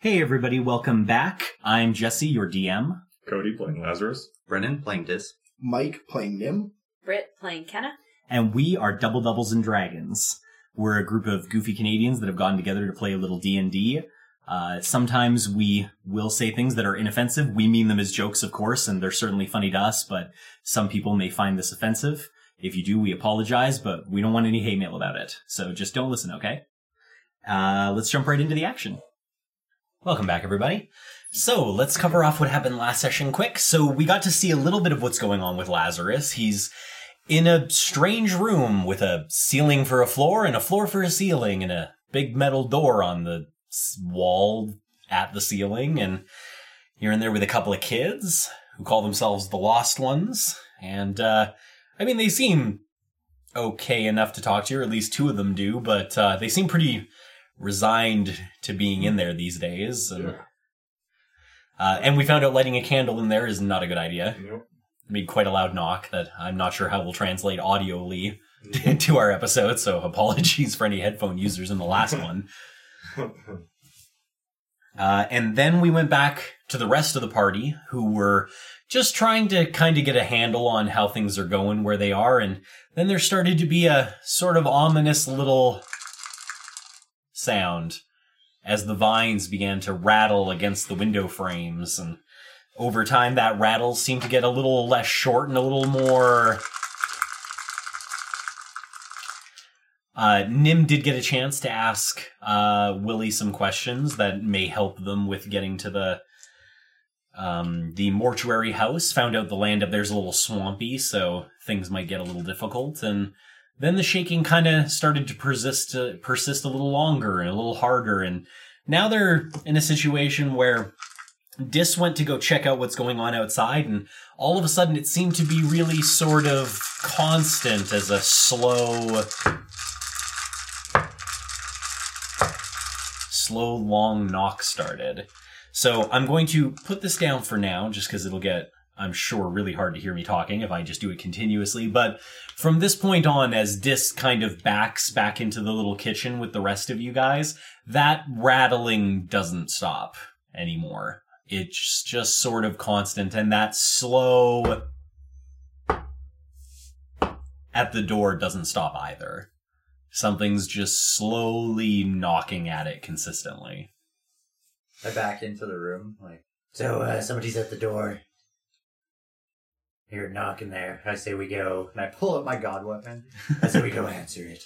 Hey everybody, welcome back. I'm Jesse, your DM. Cody playing Lazarus. Brennan playing Diz. Mike playing Nim. Britt playing Kenna. and we are Double Doubles and Dragons. We're a group of goofy Canadians that have gotten together to play a little D and D. Uh, Sometimes we will say things that are inoffensive. We mean them as jokes, of course, and they're certainly funny to us. But some people may find this offensive. If you do, we apologize, but we don't want any hate mail about it. So just don't listen, okay? Uh, let's jump right into the action. Welcome back, everybody. So let's cover off what happened last session quick. So we got to see a little bit of what's going on with Lazarus. He's in a strange room with a ceiling for a floor and a floor for a ceiling and a big metal door on the s- wall at the ceiling and you're in there with a couple of kids who call themselves the lost ones and uh i mean they seem okay enough to talk to you or at least two of them do but uh they seem pretty resigned to being in there these days and, Yeah. uh, and we found out lighting a candle in there is not a good idea Nope. made quite a loud knock that I'm not sure how will translate audioly to our episode, so apologies for any headphone users in the last one. Uh, and then we went back to the rest of the party who were just trying to kind of get a handle on how things are going, where they are, and then there started to be a sort of ominous little sound as the vines began to rattle against the window frames and over time that rattle seemed to get a little less short and a little more uh, nim did get a chance to ask uh, willie some questions that may help them with getting to the um, the mortuary house found out the land up there's a little swampy so things might get a little difficult and then the shaking kind of started to persist uh, persist a little longer and a little harder and now they're in a situation where Dis went to go check out what's going on outside, and all of a sudden it seemed to be really sort of constant as a slow. slow, long knock started. So I'm going to put this down for now, just because it'll get, I'm sure, really hard to hear me talking if I just do it continuously. But from this point on, as Dis kind of backs back into the little kitchen with the rest of you guys, that rattling doesn't stop anymore it's just sort of constant and that slow at the door doesn't stop either something's just slowly knocking at it consistently I back into the room, like, So uh, somebody's at the door. You're knocking there. I say we go. and I pull up my god weapon. I say we go answer it.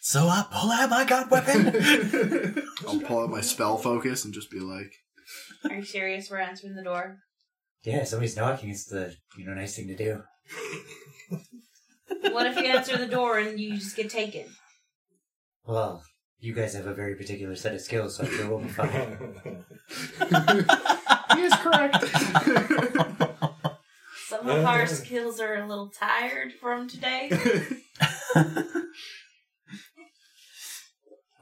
so i pull out my god weapon I'll pull out my spell focus and just be like, Are you serious? We're answering the door. Yeah, somebody's knocking. It's the you know nice thing to do. What if you answer the door and you just get taken? Well, you guys have a very particular set of skills, so I'm sure we'll be fine. he is correct. Some of our skills are a little tired from today.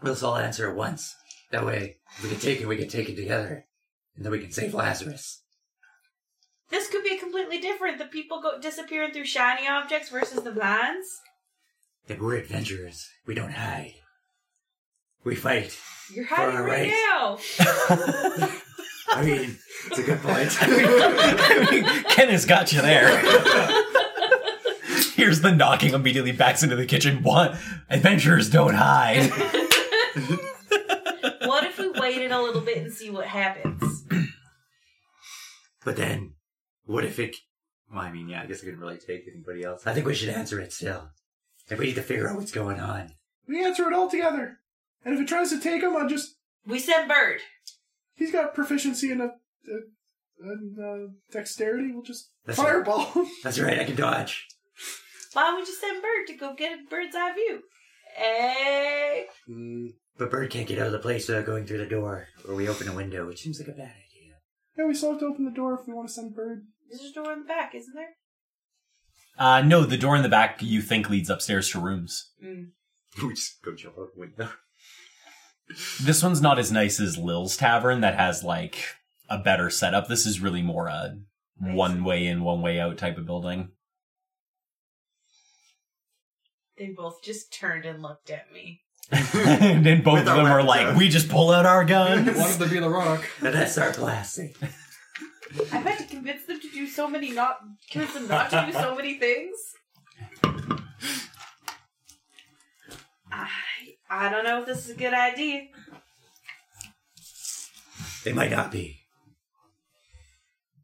Let's all answer at once. That way, we can take it. We can take it together, and then we can save Lazarus. This could be completely different. The people go disappearing through shiny objects versus the vines. That we're adventurers. We don't hide. We fight. You're hiding Far right right. now. I mean, it's a good point. ken has got you there here's the knocking immediately backs into the kitchen what adventurers don't hide What if we waited a little bit and see what happens? but then, what if it Well, I mean, yeah, I guess I couldn't really take anybody else. I think we should answer it still. And we need to figure out what's going on. we answer it all together. And if it tries to take him, I just. We sent Bird. He's got proficiency in a. a, a, uh dexterity. We'll just That's right. fireball him. That's right, I can dodge. Why don't we just send Bird to go get a bird's eye view? Hey, Mm, But Bird can't get out of the place without going through the door, or we open a window, which seems like a bad idea. yeah, we still have to open the door if we want to send Bird. there's a door in the back, isn't there? uh no the door in the back you think leads upstairs to rooms Mm. we just go jump out the window. This one's not as nice as Lil's Tavern that has like a better setup. This is really more a one way in, one way out type of building. They both just turned and looked at me. and then both With of our them are weapons like, out. we just pull out our One guns. of them be the rock. And that's our blasting. I've had to convince them to do so many not convince them not to do so many things. I I don't know if this is a good idea. They might not be.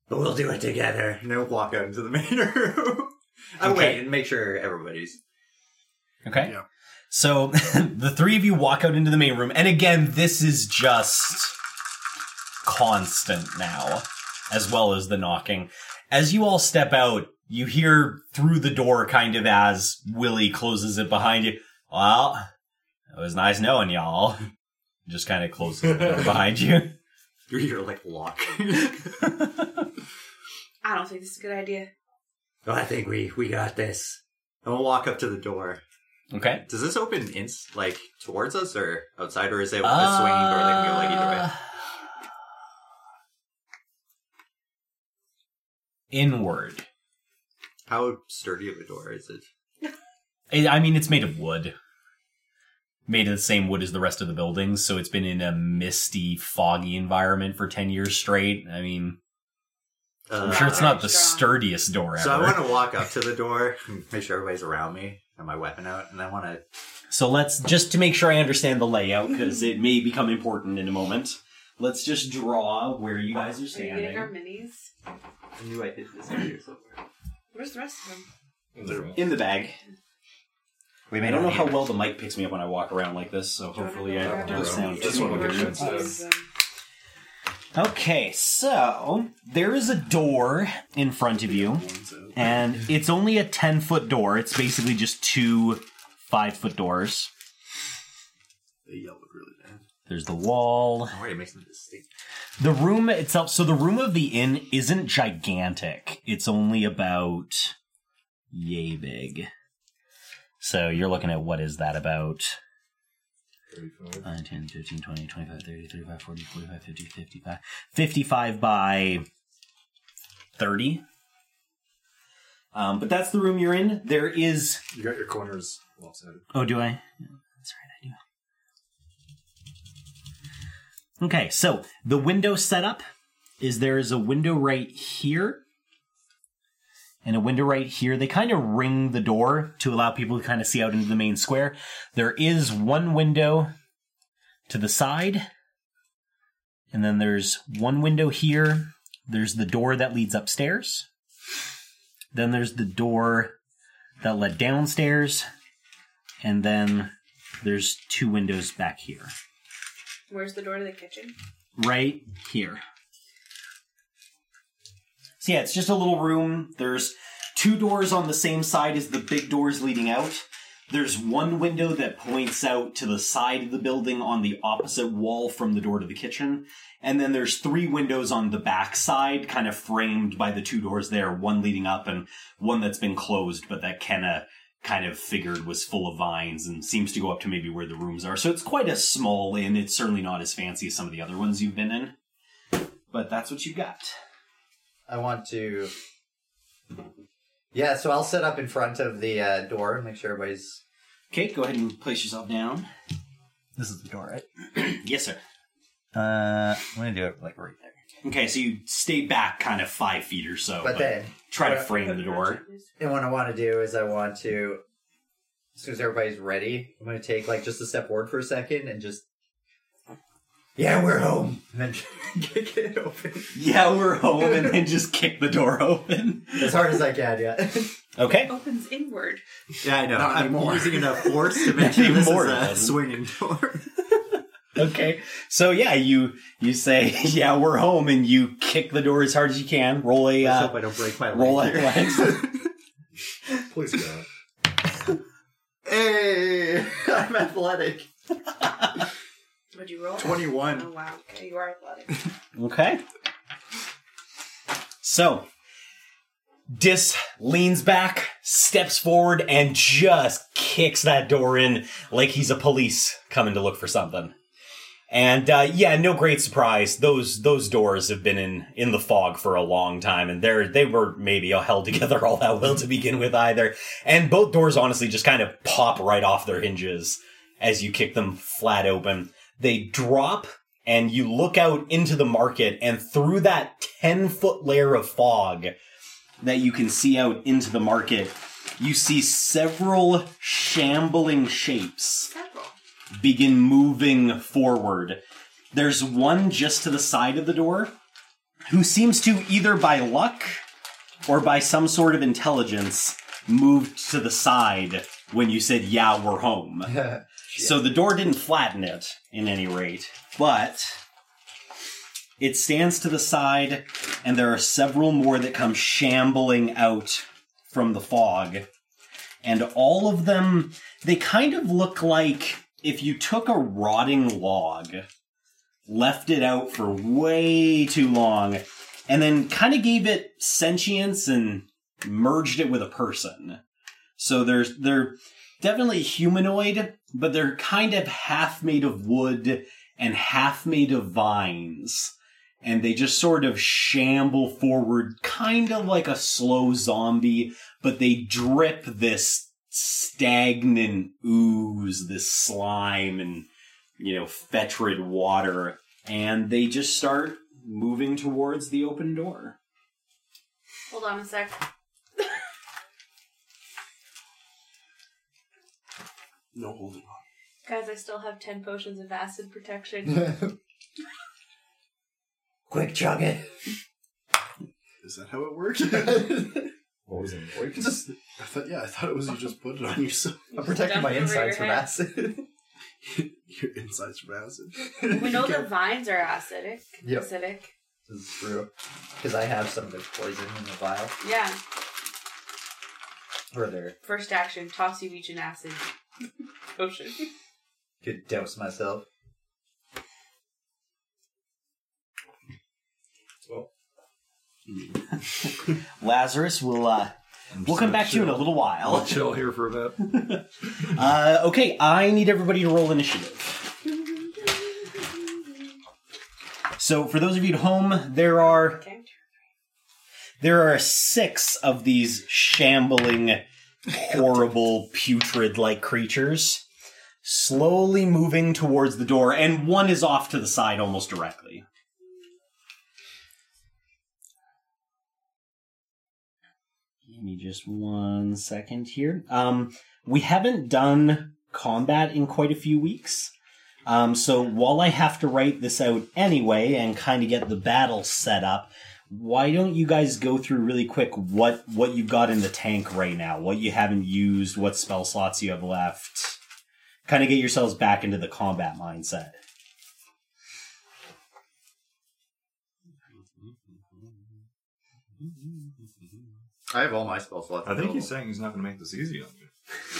But we'll do it together. No walk out into the main room. I Okay. wait and make sure everybody's. Okay. Yeah. So the three of you walk out into the main room, and again, this is just constant now, as well as the knocking. As you all step out, you hear through the door, kind of as Willie closes it behind you. Well, it was nice knowing y'all. Just kind of closes the door behind you. You hear like lock. I don't think this is a good idea. Well, I think we, we got this. I'm gonna walk up to the door. Okay. Does this open in like towards us or outside, or is it a swinging door that can go like either way? Uh, Inward. How sturdy of a door is it? I I mean, it's made of wood. Made of the same wood as the rest of the buildings, so it's been in a misty, foggy environment for 10 years straight. I mean, I'm Uh, sure it's not the Strong. sturdiest door ever. So So, I want to walk up to the door, and make sure everybody's around me, and my weapon out, and I want to. let's, just to make sure I understand the layout, because it may become important in a moment, let's just draw where you guys are Are you getting our standing. minis? I knew I did this earlier somewhere. Where's the rest of them? They're in the bag. We I don't know how well the mic picks me up when I walk around like this, so hopefully I do don't sound This one will get good sound. Okay, so there is a door in front of you, and it's only a 10 foot door. It's basically just two five foot doors. They yelled really bad. There's the wall. Alright, it makes them distinct. The room itself, so the room of the inn isn't gigantic, it's only about yay big. So you're looking at what is that about? 5, 10, 15, 20, 25, 30, 35, 40, 45, 50, 55. 55 by 30. Um, but that's the room you're in. There is. You got your corners lopsided. Oh, do I? That's right, I do. Okay, so the window setup is there is a window right here and a window right here. They kind of ring the door to allow people to kind of see out into the main square. There is one window to the side, and then there's one window here. There's the door that leads upstairs. Then there's the door that led downstairs, and then there's two windows back here, Where's the door to the kitchen? right here. So yeah, it's just a little room. There's two doors on the same side as the big doors leading out. There's one window that points out to the side of the building on the opposite wall from the door to the kitchen. And then there's three windows on the back side, kind of framed by the two doors there, one leading up and one that's been closed, but that Kenna kind of figured was full of vines and seems to go up to maybe where the rooms are. So it's quite a small inn. It's certainly not as fancy as some of the other ones you've been in. But that's what you got. I want to. Yeah, so I'll sit up in front of the uh, door and make sure everybody's. Okay, go ahead and place yourself down. This is the door, right? yes, sir. Uh, I'm gonna do it like right there. okay, so you stay back kind of five feet or so. But then, try to frame the door. and what I want to do is I want to, as soon as everybody's ready, I'm gonna take like just a step forward for a second and just. Yeah, we're home. And then kick it open Yeah, we're home, and then just kick the door open. as hard as I can. Yeah. Okay. Opens inward. Yeah, I know. Not I'm anymore. using enough force to Not make sure this anymore, is a then. swinging door. Okay. So yeah, you you say yeah we're home, and you kick the door as hard as you can. Roll a I uh, hope I don't break my leg. roll out your legs. Please God. hey, I'm athletic. What'd you roll? 21. Oh wow. Okay, you are athletic. Okay. So, Dis leans back, steps forward, and just kicks that door in like he's a police coming to look for something. And uh, yeah, no great surprise. Those those doors have been in in the fog for a long time, and they're they were maybe held together all that well to begin with either. And both doors honestly just kind of pop right off their hinges as you kick them flat open. They drop, and you look out into the market, and through that 10 foot layer of fog that you can see out into the market, you see several shambling shapes Several. begin moving forward. There's one just to the side of the door who seems to either by luck or by some sort of intelligence moved to the side when you said, Yeah, we're home. so the door didn't flatten it, in any rate, but it stands to the side, and there are several more that come shambling out from the fog. And all of them, they kind of look like if you took a rotting log, left it out for way too long, and then kind of gave it sentience and merged it with a person. So there's they're definitely humanoid, but they're kind of half made of wood and half made of vines. And they just sort of shamble forward, kind of like a slow zombie, but they drip this stagnant ooze, this slime and, you know, fetid water. And they just start moving towards the open door. Hold on a sec. No holding on. Guys, I still have 10 potions of acid protection. Quick, chug it. Is that how it worked? What was it? You can just- I thought, yeah, I thought it was you just put it on yourself. I'm protecting Dump my it over insides your from head. acid. Your insides from acid. we know the vines are acidic. Yep. Acidic. This is true. Because I have some of the poison in the vial. Yeah. Or there. First action, toss you each an acid potion. Could douse myself. Lazarus will uh, we'll come back to you in a little I'll while. chill here for a bit. Uh, okay, I need everybody to roll initiative. So for those of you at home, there are Okay. there are six of these shambling, horrible, putrid-like creatures slowly moving towards the door, and one is off to the side almost directly. Give me just one second here. Um, we haven't done combat in quite a few weeks. Um, so while I have to write this out anyway and kind of get the battle set up, why don't you guys go through really quick what what you've got in the tank right now, what you haven't used, what spell slots you have left, kind of get yourselves back into the combat mindset. I have all my spell slots. I think available. he's saying he's not going to make this easy on you.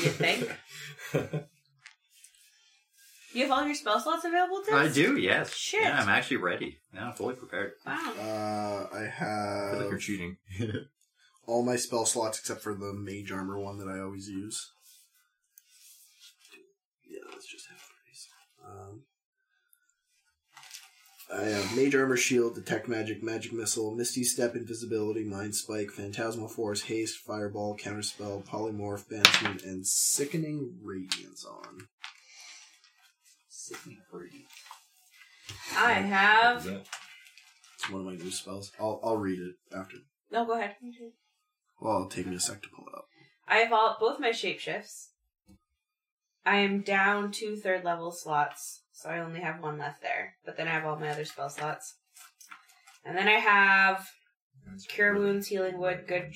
You think? you have all your spell slots available to us? I do, yes. Shit. Yeah, I'm actually ready. Yeah, I'm fully prepared. Wow. Uh, I I feel like you're have cheating. all my spell slots except for the mage armor one that I always use. Yeah, let's just have these. Um, I have mage armor, shield, detect magic, magic missile, misty step, invisibility, mind spike, phantasmal force, haste, fireball, counterspell, polymorph, banishment, and sickening radiance on. Sickening pretty. I have. It's one of my new spells. I'll I'll read it after. No, go ahead. Well, it'll take me a sec to pull it up. I have all both my shapeshifts. I am down two third level slots, so I only have one left there. But then I have all my other spell slots. And then I have Cure wounds, healing wood, good-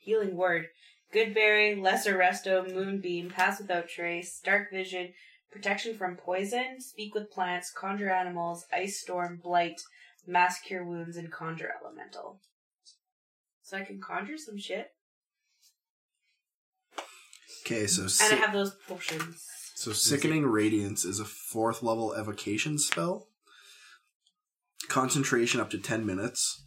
Healing Word, Good Berry, Lesser Resto, Moonbeam, Pass Without Trace, Dark Vision, Protection from Poison, Speak with Plants, Conjure Animals, Ice Storm, Blight, Mass Cure Wounds, and Conjure Elemental. So I can conjure some shit. Okay, so And si- I have those potions. so sickening radiance is a fourth level evocation spell. Concentration up to ten minutes.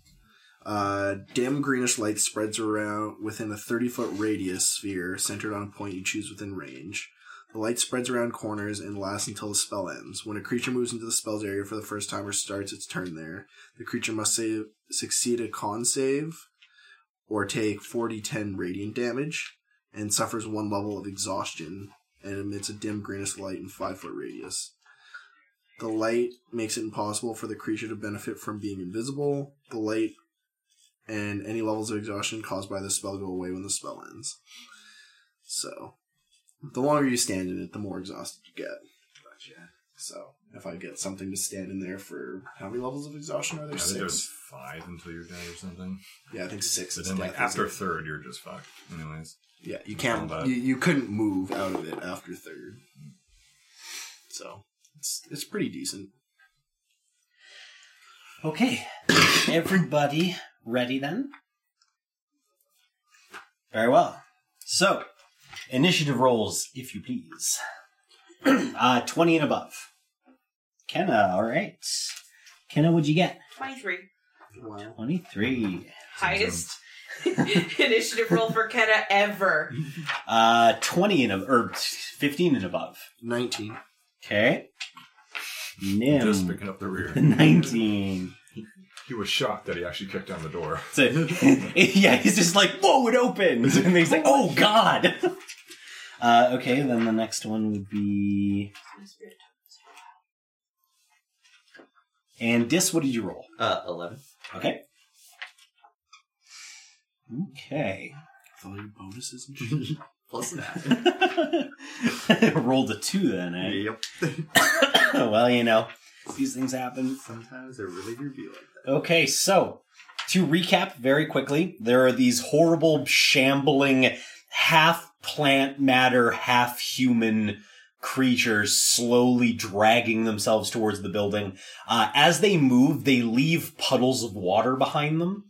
Uh, dim greenish light spreads around within a thirty foot radius sphere centered on a point you choose within range. The light spreads around corners and lasts until the spell ends. When a creature moves into the spell's area for the first time or starts its turn there, the creature must save, succeed a con save or take 4d10 radiant damage and suffers one level of exhaustion and it emits a dim greenish light in five foot radius. The light makes it impossible for the creature to benefit from being invisible. The light and any levels of exhaustion caused by the spell go away when the spell ends. So, the longer you stand in it, the more exhausted you get. Gotcha. So, if I get something to stand in there for how many levels of exhaustion are I there? think there's Six. five until you're dead or something. Yeah, I think six. So is then, like death, isn't after it? third, you're just fucked. Anyways, Yeah, you can't. Combat. You, you couldn't move out of it after third. So it's it's pretty decent. Okay. Everybody ready then? Very well. So, initiative rolls, if you please. uh, 20 and above. Kenna, alright. Kenna, what'd you get? 23. Wow. 23. Highest initiative roll for Kenna ever. Uh, 20 and above, or 15 and above. Nineteen. Okay. just Nim. picking up the rear. 19. He was shocked that he actually kicked down the door. So, yeah, he's just like, whoa, it opens. And he's like, oh, God. Uh, okay, then the next one would be. And Dis, what did you roll? Uh, 11. Okay. Okay. With all your bonuses and shit. Plus that. Rolled a two then, eh? yep. well, you know, these things happen. Sometimes they're really revealing. Okay, so to recap very quickly, there are these horrible, shambling, half plant matter, half human creatures slowly dragging themselves towards the building. Uh, as they move, they leave puddles of water behind them.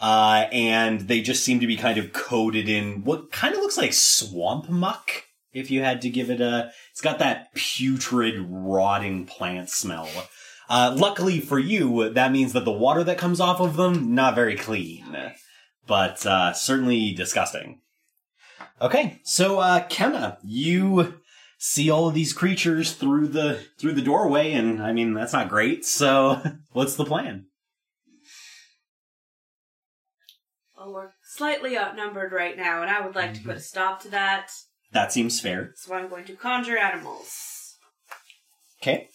Uh, and they just seem to be kind of coated in what kind of looks like swamp muck. If you had to give it a, it's got that putrid, rotting plant smell. Uh, luckily for you, that means that the water that comes off of them not very clean, but uh, certainly disgusting. Okay, so uh, Kenna, you see all of these creatures through the through the doorway, and I mean that's not great. So, what's the plan? Well, Oh, we're slightly outnumbered right now, and I would like to put a stop to that. That seems fair. So I'm going to conjure animals. Okay,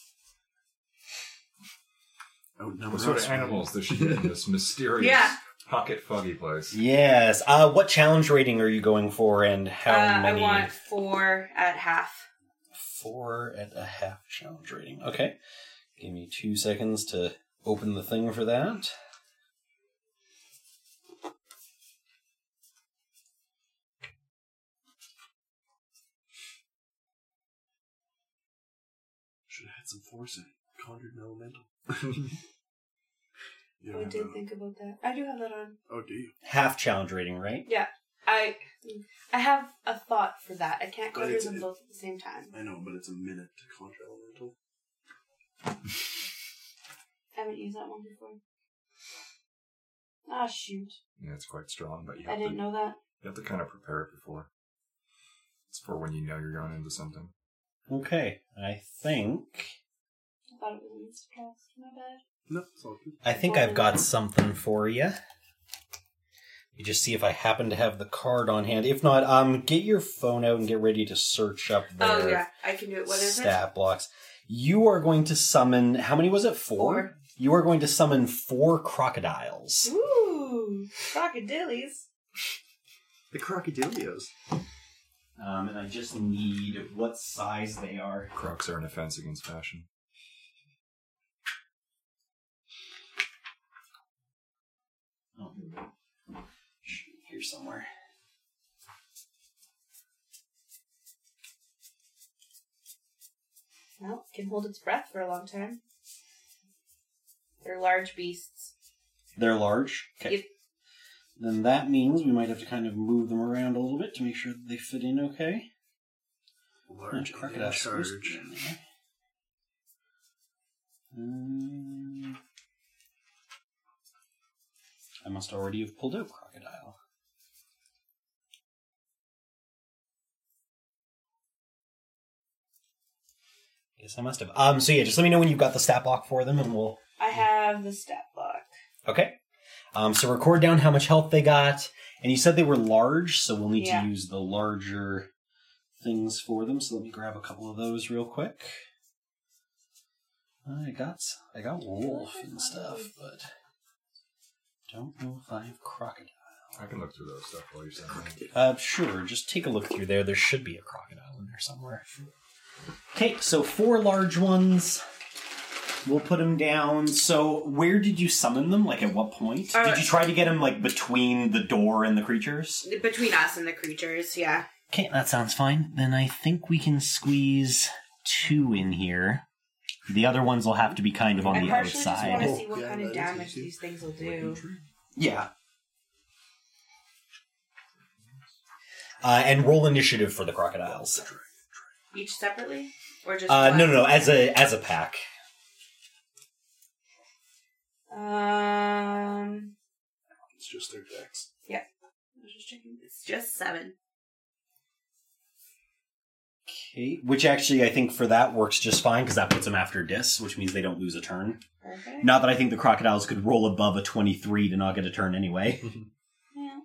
Outnumbered What sort of us. animals does she get in this mysterious Yeah. pocket foggy place? yes. Uh, what challenge rating are you going for, and Uh, how I many? want four at half. four and a half challenge rating. Okay. Give me two seconds to open the thing for that. Should have had some foresight. Conjured an elemental. you I don't have Oh, did that. think about that. I do have that on. Oh, do you? Half challenge rating, right? I I have a thought for that. I can't But conjure it's- them it- both at the same time. I know, but it's a minute to conjure elemental. I haven't used that one before. Ah, shoot. Yeah, it's quite strong, but you I have, to, didn't know that. you have to kind of prepare it before. It's for when you know you're going into something. Okay. I think I thought it was an surprise. My bad. No, it's all good. I think I've got something for you. You just see if I happen to have the card on hand. If not, um get your phone out and get ready to search up their Oh, yeah. I can do it. What is stat blocks. You are going to summon how many was it? Four? Four. You are going to summon four crocodiles. it? Ooh, crocodilies. The crocodilios. Um, and I just need what size they are. Crocs are an offense against fashion. Oh, here we go. Should be here somewhere. Well, it can hold its breath for a long time. They're large beasts. They're large. If- Then that means we might have to kind of move them around a little bit to make sure that they fit in okay. Large Yeah, and in crocodile's supposed to charge. be in there. Um, I must already have pulled out crocodile. Yes, I must have. Um, so yeah, just let me know when you've got the stat block for them, and we'll I Hmm. have the stat block. Okay. Um, so record down how much health they got, and you said they were large, so we'll need Yeah. to use the larger things for them. So let me grab a couple of those real quick. I got I got wolf and stuff, but don't know if I have crocodile. I can look through those stuff while you're sending it. Uh, sure. Just take a look through there. There should be a crocodile in there somewhere. Okay, so four large ones. We'll put them down. So, where did you summon them? Like, at what point? Uh, did you try to get them, like, between the door and the creatures? Between us and the creatures, yeah. Okay, that sounds fine. Then I think we can squeeze two in here. The other ones will have to be kind of on I the partially just outside. want to Oh, see what yeah, kind that of is damage easy. these things will do. Yeah. Uh, and roll initiative for the crocodiles. Each separately? Or just Uh, one? no, no, no, as a as a pack. Um, It's just their decks. I was just checking. It's just seven. Okay, which actually I think for that works just fine because that puts them after dis, which means they don't lose a turn. Perfect. Not that I think the crocodiles could roll above a 23 to not get a turn anyway. Yeah.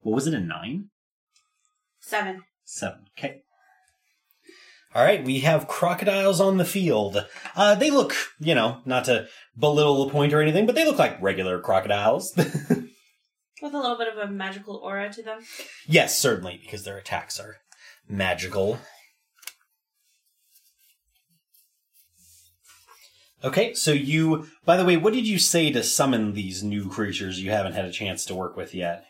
What was it, a 9? Seven. 7. Okay. All right, we have crocodiles on the field. Uh, they look, you know, not to belittle the point or anything, but they look like regular crocodiles. With a little bit of a magical aura to them. yes, certainly, because their attacks are magical. Okay, so you, by the way, what did you say to summon these new creatures you haven't had a chance to work with yet?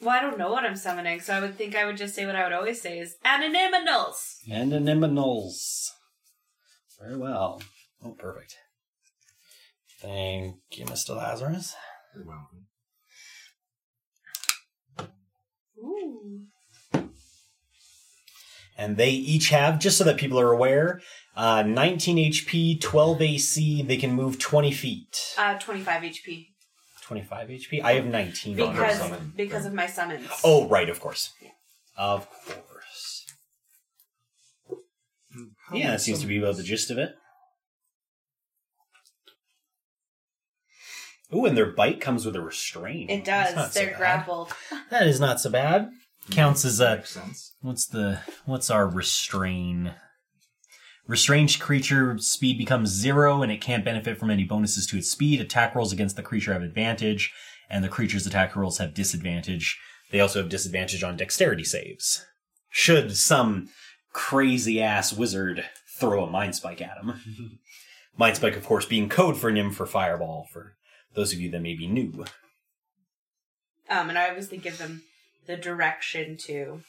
Well, I don't know what I'm summoning, so I would think I would just say what I would always say is anonymous. And anemones. Very well. Oh, perfect. Thank you, Mr. Lazarus. You're welcome. Ooh. And they each have, just so that people are aware, uh, 19 HP, 12 AC. They can move 20 feet. Uh, 25 HP. 25 HP. I have 19 on her Because summon. summon. because of my summons. Oh, right, of course. Of course. Yeah, that seems to be about the gist of it. Ooh, and their bite comes with a restraint. It That's not does. so They're bad. grappled. That is not so bad. Counts as a Makes sense. What's the what's our restrain? Restrained creature speed becomes zero, and it can't benefit from any bonuses to its speed. Attack rolls against the creature have advantage, and the creature's attack rolls have disadvantage. They also have disadvantage on dexterity saves. Should some crazy ass wizard throw a mind spike at him? mind spike, of course, being code for Nim for Fireball. For those of you that may be new, Um, and I obviously give them the direction to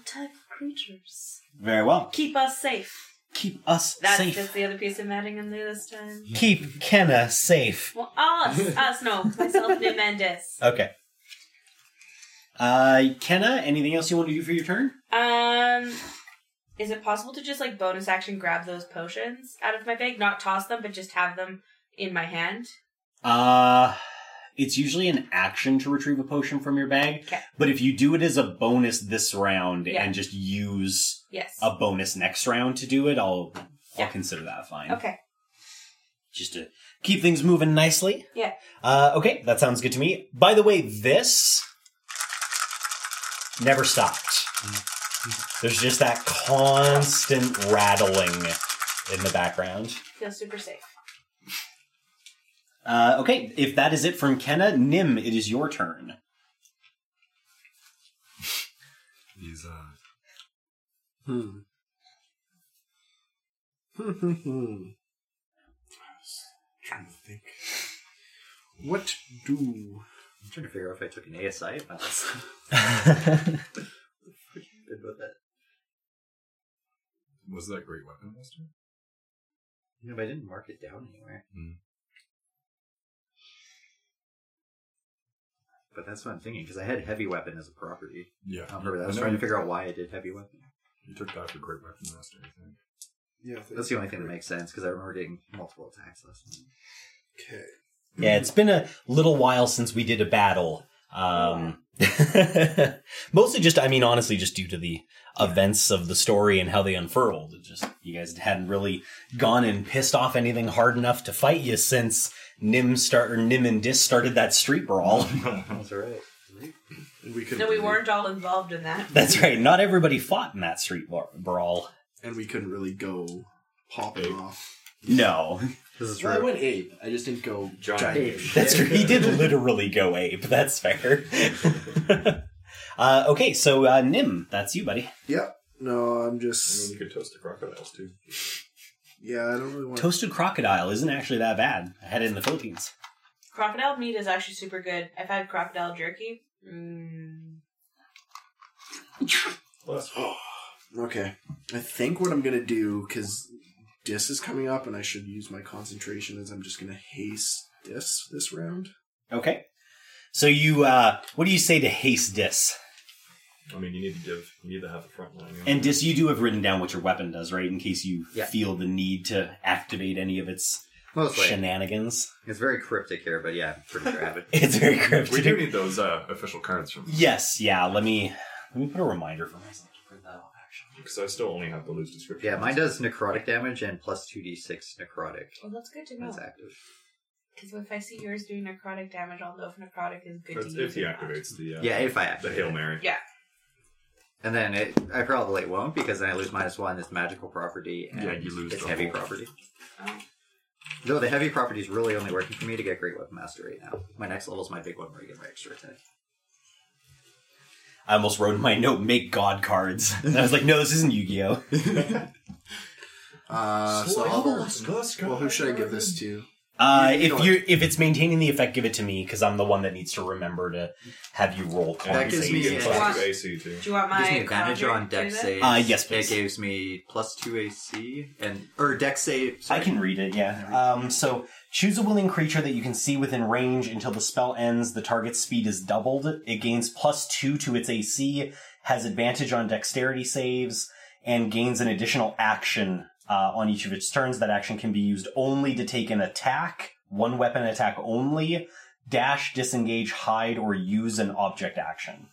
attack creatures. Very well. Keep us safe. Keep us That's safe. just the other piece of matting in there this time. keep Kenna safe. Well, us, us, no, myself, Nim, and Dis. Okay. Uh, Kenna, anything else you want to do for your turn? Um, is it possible to just like bonus action grab those potions out of my bag, not toss them, but just have them in my hand? Uh, it's usually an action to retrieve a potion from your bag, Okay. but if you do it as a bonus this round Yeah. and just use Yes. a bonus next round to do it, I'll Yeah. I'll consider that fine. Okay. Just to keep things moving nicely. Yeah. Uh, okay, that sounds good to me. By the way, this never stopped. There's just that constant rattling in the background. Feel super safe. Uh, okay, if that is it from Kenna, Nim, it is your turn. These uh, Hmm. Hmm, hmm, hmm. Trying to think. What do? I'm trying to figure out if I took an ASI about this. Good with it. was that great weapon master? No, but I didn't mark it down anywhere. Hmm. But that's what I'm thinking because I had heavy weapon as a property. Yeah, I remember that. I was trying to figure out why I did heavy weapon. You took that for great weapon master, I think. Yeah, I think- That's the only thing that makes sense because I remember getting multiple attacks last night. Okay. yeah, it's been a little while since we did a battle. Um, mostly just, I mean, honestly, just due to the events of the story and how they unfurled. It just you guys hadn't really gone and pissed off anything hard enough to fight you since Nim start or Nim and Dis started that street brawl. That's all right. It We could No, we weren't all involved in that. That's right. Not everybody fought in that street bra- brawl. and we couldn't really go popping off. No, This is Well, I right. went ape. I just didn't go John giant Ape. ape. That's true. He did literally go ape. That's fair. uh, okay, so uh, Nim, that's you, buddy. Yep. No, I'm I mean, just you could toast the crocodiles too. yeah. I don't really want. Toasted crocodile isn't actually that bad. I had it in the Philippines. Crocodile meat is actually super good. I've had crocodile jerky. Mm. Last Okay. I think what I'm gonna do because dis is coming up, and I should use my concentration. Is I'm just gonna haste dis this round. Okay. So you, uh, what do you say to haste dis? I mean, you need to give. You need to have a front line. you know? And dis, you do have written down what your weapon does, right? In case you Yeah. feel the need to activate any of its Mostly. shenanigans. It's very cryptic here, but yeah, I'm pretty sure I have it. It's very we do cryptic. need those uh, official cards from Yes, yeah. Let me let me put a reminder for myself to print that off. Actually, because I still only have the loose description. Yeah, mine does necrotic damage and plus 2d6 necrotic. Well, that's good to know. That's active. Because if I see yours doing necrotic damage, I'll know if necrotic is good That's if to use. he or not. activates the uh, Yeah, if I the activate. hail mary. Yeah. And then it, I probably won't because then I lose minus one its magical property and Yeah, you lose its the heavy whole- property. Oh. No, the heavy property is really only working for me to get great weapon mastery now. My next level is my big one where I get my extra attack. I almost wrote in my note, "Make God cards," and I was like, "No, this isn't Yu-Gi-Oh." Uh, so I'll- well, who should I give this to? Uh, You- you if know you if it's maintaining the effect, give it to me because I'm the one that needs to remember to have you roll con That gives me saves. Plus Yeah. two AC too. Do you want It my gives me advantage conjure on to do deck that? saves. Uh, yes, please. It gives me plus two AC and or deck save. I Sorry. can read it, yeah. Um, so choose a willing creature that you can see within range until the spell ends. The target's speed is doubled. It gains plus two to its AC, has advantage on dexterity saves, and gains an additional action uh, on each of its turns. That action can be used only to take an attack, one weapon attack only, dash, disengage, hide, or use an object action.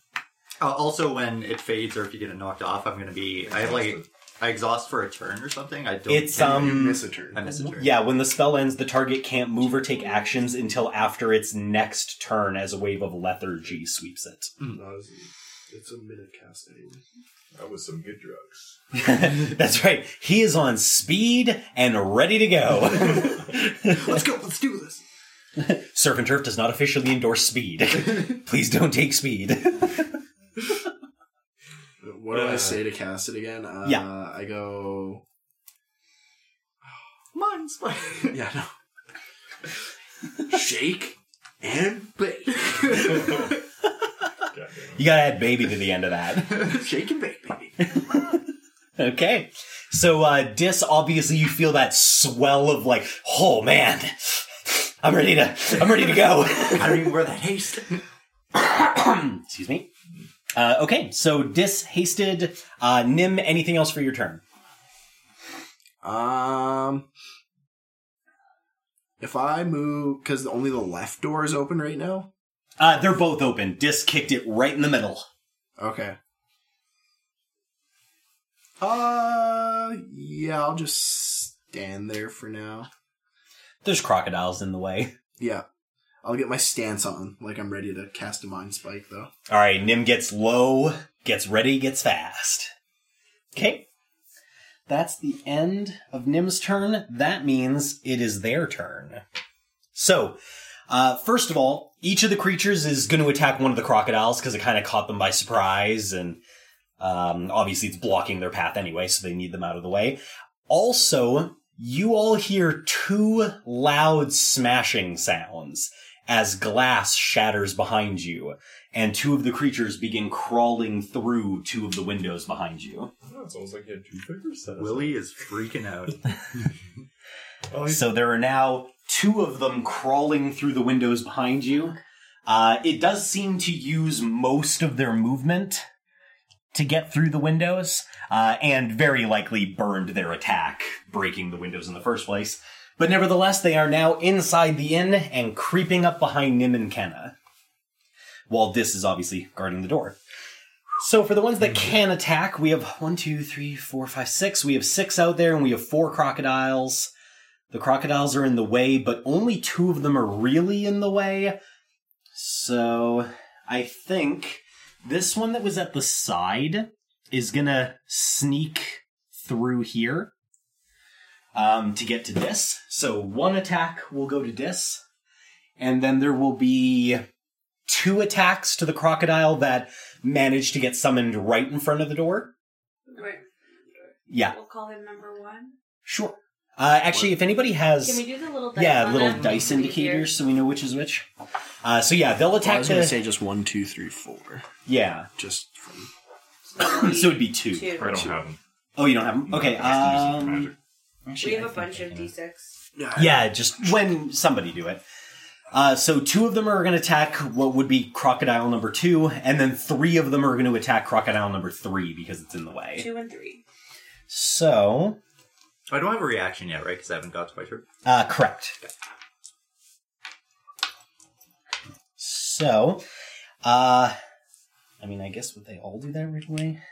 Uh, also, when it fades or if you get it knocked off, I'm gonna be. I have like I exhaust for a turn or something. I don't. It's I You um miss a turn. miss a turn. yeah, when the spell ends, the target can't move or take actions until after its next turn as a wave of lethargy sweeps it. No, it's- it's a minute cast anyway. That was some good drugs. That's right. He is on speed and ready to go. Let's go. Let's do this. Surf and Turf does not officially endorse speed. Please don't take speed. What do I Uh, say to cast it again? Uh, yeah. I go. Mine's mine. Yeah, no. Shake and bake. God damn it. You gotta add baby to the end of that. Shake and bake, baby. Okay. So, uh, Dis, obviously you feel that swell of like, oh man, I'm ready to, I'm ready to go. I don't even wear that haste. Excuse me. Uh, okay. So Dis hasted, uh, Nim, anything else for your turn? Um, if I move, because only the left door is open right now. Uh, they're both open. Dis kicked it right in the middle. Okay. Uh, yeah, I'll just stand there for now. There's crocodiles in the way. Yeah, I'll get my stance on, like I'm ready to cast a mind spike though. All right, Nim gets low, gets ready, gets fast. Okay. That's the end of Nim's turn. That means it is their turn. So, uh, first of all, each of the creatures is going to attack one of the crocodiles because it kind of caught them by surprise, and um, obviously it's blocking their path anyway, so they need them out of the way. Also, you all hear two loud smashing sounds as glass shatters behind you and two of the creatures begin crawling through two of the windows behind you. Oh, it's almost like you had two fingers. set. Willie is freaking out. Oh, he's- So there are now two of them crawling through the windows behind you. Uh, it does seem to use most of their movement to get through the windows, uh, and very likely burned their attack, breaking the windows in the first place. But nevertheless, they are now inside the inn and creeping up behind Nim and Kenna. While Dis is obviously guarding the door. So for the ones that can attack, we have one, two, three, four, five, six. We have six out there, and we have four crocodiles. The crocodiles are in the way, but only two of them are really in the way. So I think This one that was at the side is gonna sneak through here um, to get to this. So one attack will go to this, and then there will be two attacks to the crocodile that managed to get summoned right in front of the door. Right. Yeah, We'll call him number one. sure. Uh, actually, if anybody has Can we do the little dice? yeah on little him? dice It's easier. indicators, so we know which is which. Uh, so yeah, they'll Well, I attack. was going the- to say just one, two, three, four. yeah, Just from so it'd be two. Two. I don't have them. Oh, you don't have them? Okay. No, I just use Um, magic. We actually, have I a think bunch I of can- d6. Yeah, just when somebody do it. Uh, so two of them are going to attack what would be crocodile number two, and then three of them are going to attack crocodile number three because it's in the way. Two and three. So, I don't have a reaction yet, right? Because I haven't got to my turn. uh, correct. So, uh, I mean, I guess would they all do that right away?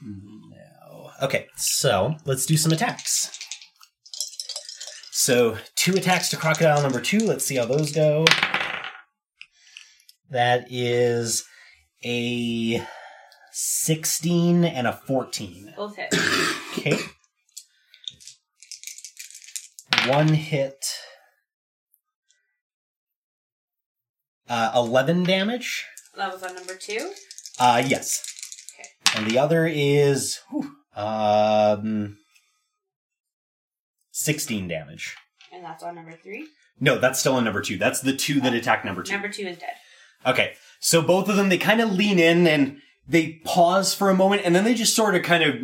No. Okay, so let's do some attacks. So two attacks to crocodile number two. Let's see how those go. That is a 16 and a 14. Both hits. Okay. One hit. Uh, 11 damage. that was on number two. Uh, yes. And the other is whew, um, 16 damage. And that's on number three. No, that's still on number two. That's the two that attack number two. Number two is dead. Okay. So both of them, they kind of lean in and they pause for a moment and then they just sort of kind of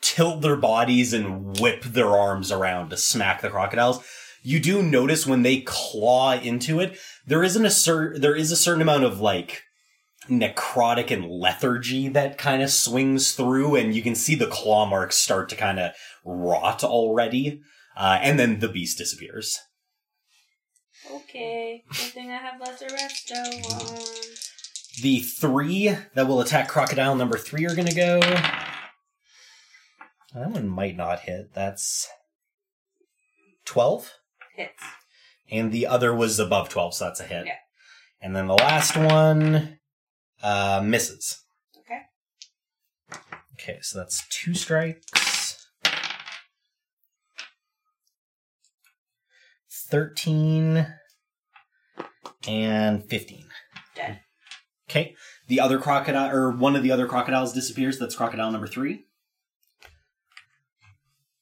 tilt their bodies and whip their arms around to smack the crocodiles. You do notice when they claw into it, there isn't a cer- there is a certain amount of like necrotic and lethargy that kind of swings through and you can see the claw marks start to kind of rot already. Uh, and then the beast disappears. Okay. Good thing I have less arresto on. The three that will attack crocodile number three are gonna go. That one might not hit. That's twelve, Hits. and the other was above twelve, so that's a hit. Yeah. And then the last one uh, misses. Okay. Okay, so that's two strikes. Thirteen and fifteen. Dead. Okay. The other crocodile, or one of the other crocodiles disappears. That's crocodile number three.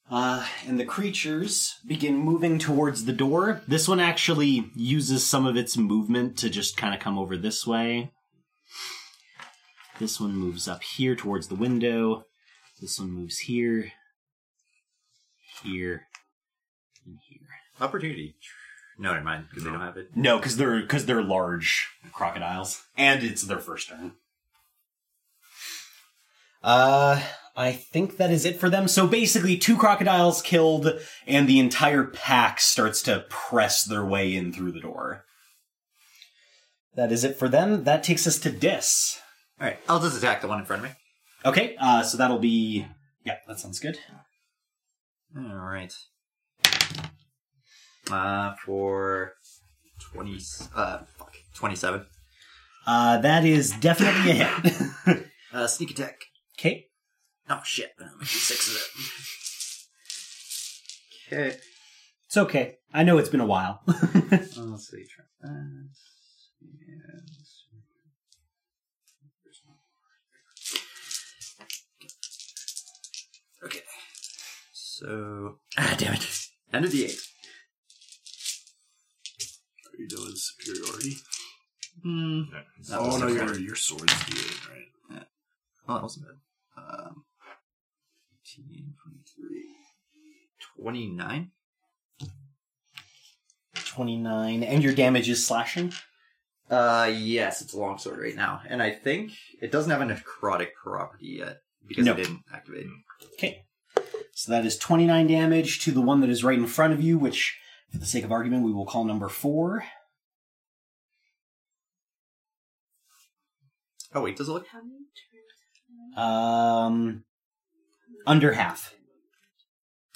Uh, and the creatures begin moving towards the door. This one actually uses some of its movement to just kind of come over this way. This one moves up here towards the window. This one moves here, here, and here. Opportunity. No, never mind. Because they don't have it. No, because they're because they're large crocodiles, and it's their first turn. Uh, I think that is it for them. So basically, two crocodiles killed, and the entire pack starts to press their way in through the door. That is it for them. That takes us to Dis. All right, I'll just attack the one in front of me. Okay, uh, so that'll be yeah, that sounds good. All right. Uh, for twenty. Uh, fuck, twenty-seven. Uh, that is definitely a hit. Uh, sneak attack. okay, Oh shit! I'm making six of it. Okay. it's okay. I know it's been a while. Uh, let's see. Try that. And... Okay. So ah, damn it! End of the eight. Are you doing superiority? Hmm. No, it's That oh was no, the your card. your sword's doing it, right? Oh, that wasn't bad. Um, 18, 23, 29. Twenty nine, and your damage is slashing. Uh, yes, it's a longsword right now, and I think it doesn't have a necrotic property yet because No. it didn't activate. Okay. So that is 29 damage to the one that is right in front of you, which, for the sake of argument, we will call number four. Oh wait, does it look? How many turns? Uh, Um, under half.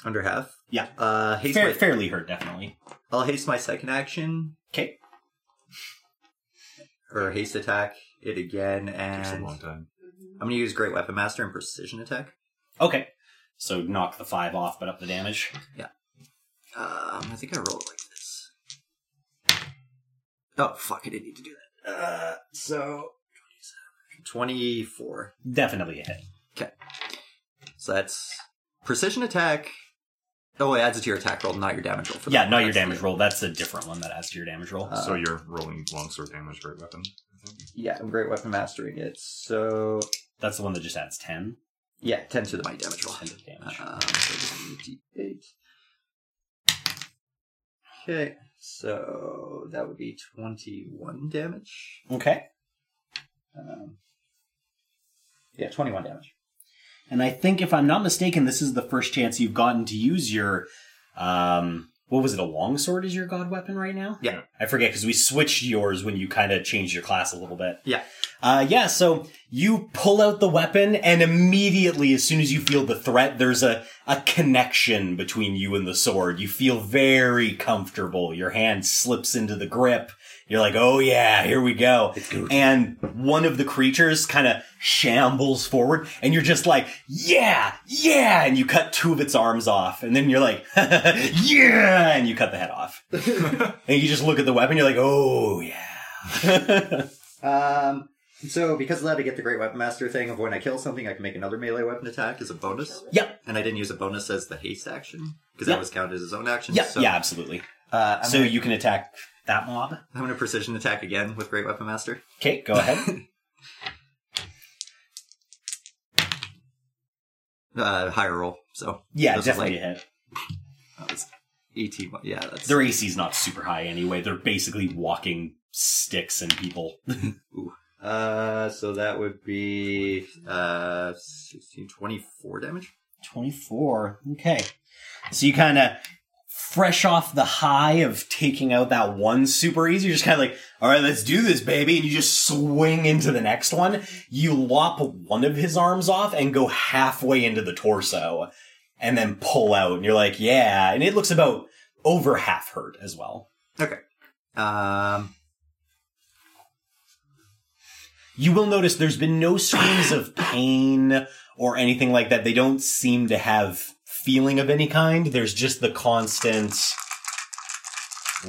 Under half? Yeah. Uh, haste Fair, my, fairly hurt, definitely. I'll haste my second action, Okay. or haste attack, it again, and Takes a long time. Mhm. I'm gonna use Great Weapon Master and Precision Attack. Okay. So knock the five off, but up the damage. Um, I think I rolled like this. Oh fuck! I didn't need to do that. Uh, so twenty-four. Definitely a hit. So that's precision attack. Oh, it adds it to your attack roll, not your damage roll. For Yeah, that. not your That's- damage roll. That's a different one that adds to your damage roll. Uh, so you're rolling longsword damage, great weapon. I think. Yeah, I'm great weapon mastering it. So That's the one that just adds 10. yeah, ten to the my damage roll. 10 to the damage. Um, so eight. Okay, so that would be twenty-one damage. Okay. Um, yeah, twenty-one damage. And I think, if I'm not mistaken, this is the first chance you've gotten to use your, um, what was it? A longsword is your god weapon right now? Yeah. I forget because we switched yours when you kind of changed your class a little bit. Yeah. Uh, yeah. So you pull out the weapon, and immediately, as soon as you feel the threat, there's a a connection between you and the sword. You feel very comfortable. Your hand slips into the grip. You're like, oh yeah, here we go. And one of the creatures kind of shambles forward, and you're just like, yeah, yeah, and you cut two of its arms off, and then you're like, yeah, and you cut the head off. and you just look at the weapon, you're like, oh yeah. Um, so because of that, I get the Great Weapon Master thing of when I kill something, I can make another melee weapon attack as a bonus. Yep. And I didn't use a bonus as the haste action because Yep. that was counted as his own action. yeah, so, yeah, absolutely. Uh, I'm so gonna, you can attack that mob. I'm gonna precision attack again with Great Weapon Master. Okay, go ahead. Uh, higher roll. So Yeah, This is definitely a hit. that was 18. Yeah, that's Their AC's not super high anyway. They're basically walking sticks and people. uh. So that would be uh 16, 24 damage. 24. Okay. So you kind of fresh off the high of taking out that one super easy, you're just kind of like, all right, let's do this, baby. And you just swing into the next one. You lop one of his arms off and go halfway into the torso and then pull out. And you're like, yeah. And it looks about over half hurt as well. Um. You will notice there's been no screams of pain or anything like that. They don't seem to have feeling of any kind. There's just the constant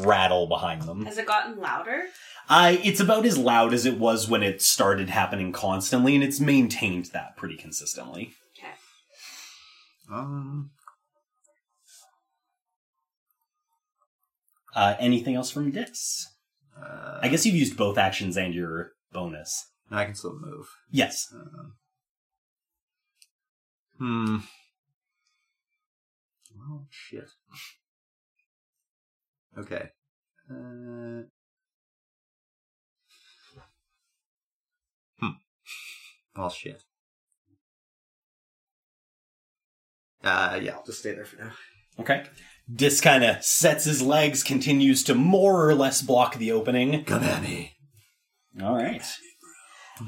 rattle behind them. Has it gotten louder? Uh, it's about as loud as it was when it started happening constantly, and it's maintained that pretty consistently. Um. Uh, anything else from Dix? Uh, I guess you've used both actions and your bonus. I can still move. Yes. Um, hmm. Well, shit. Okay. Uh, hmm. Well, shit. Uh, yeah, I'll just stay there for now. Okay. Dis kind of sets his legs, continues to more or less block the opening. Come at me. All right.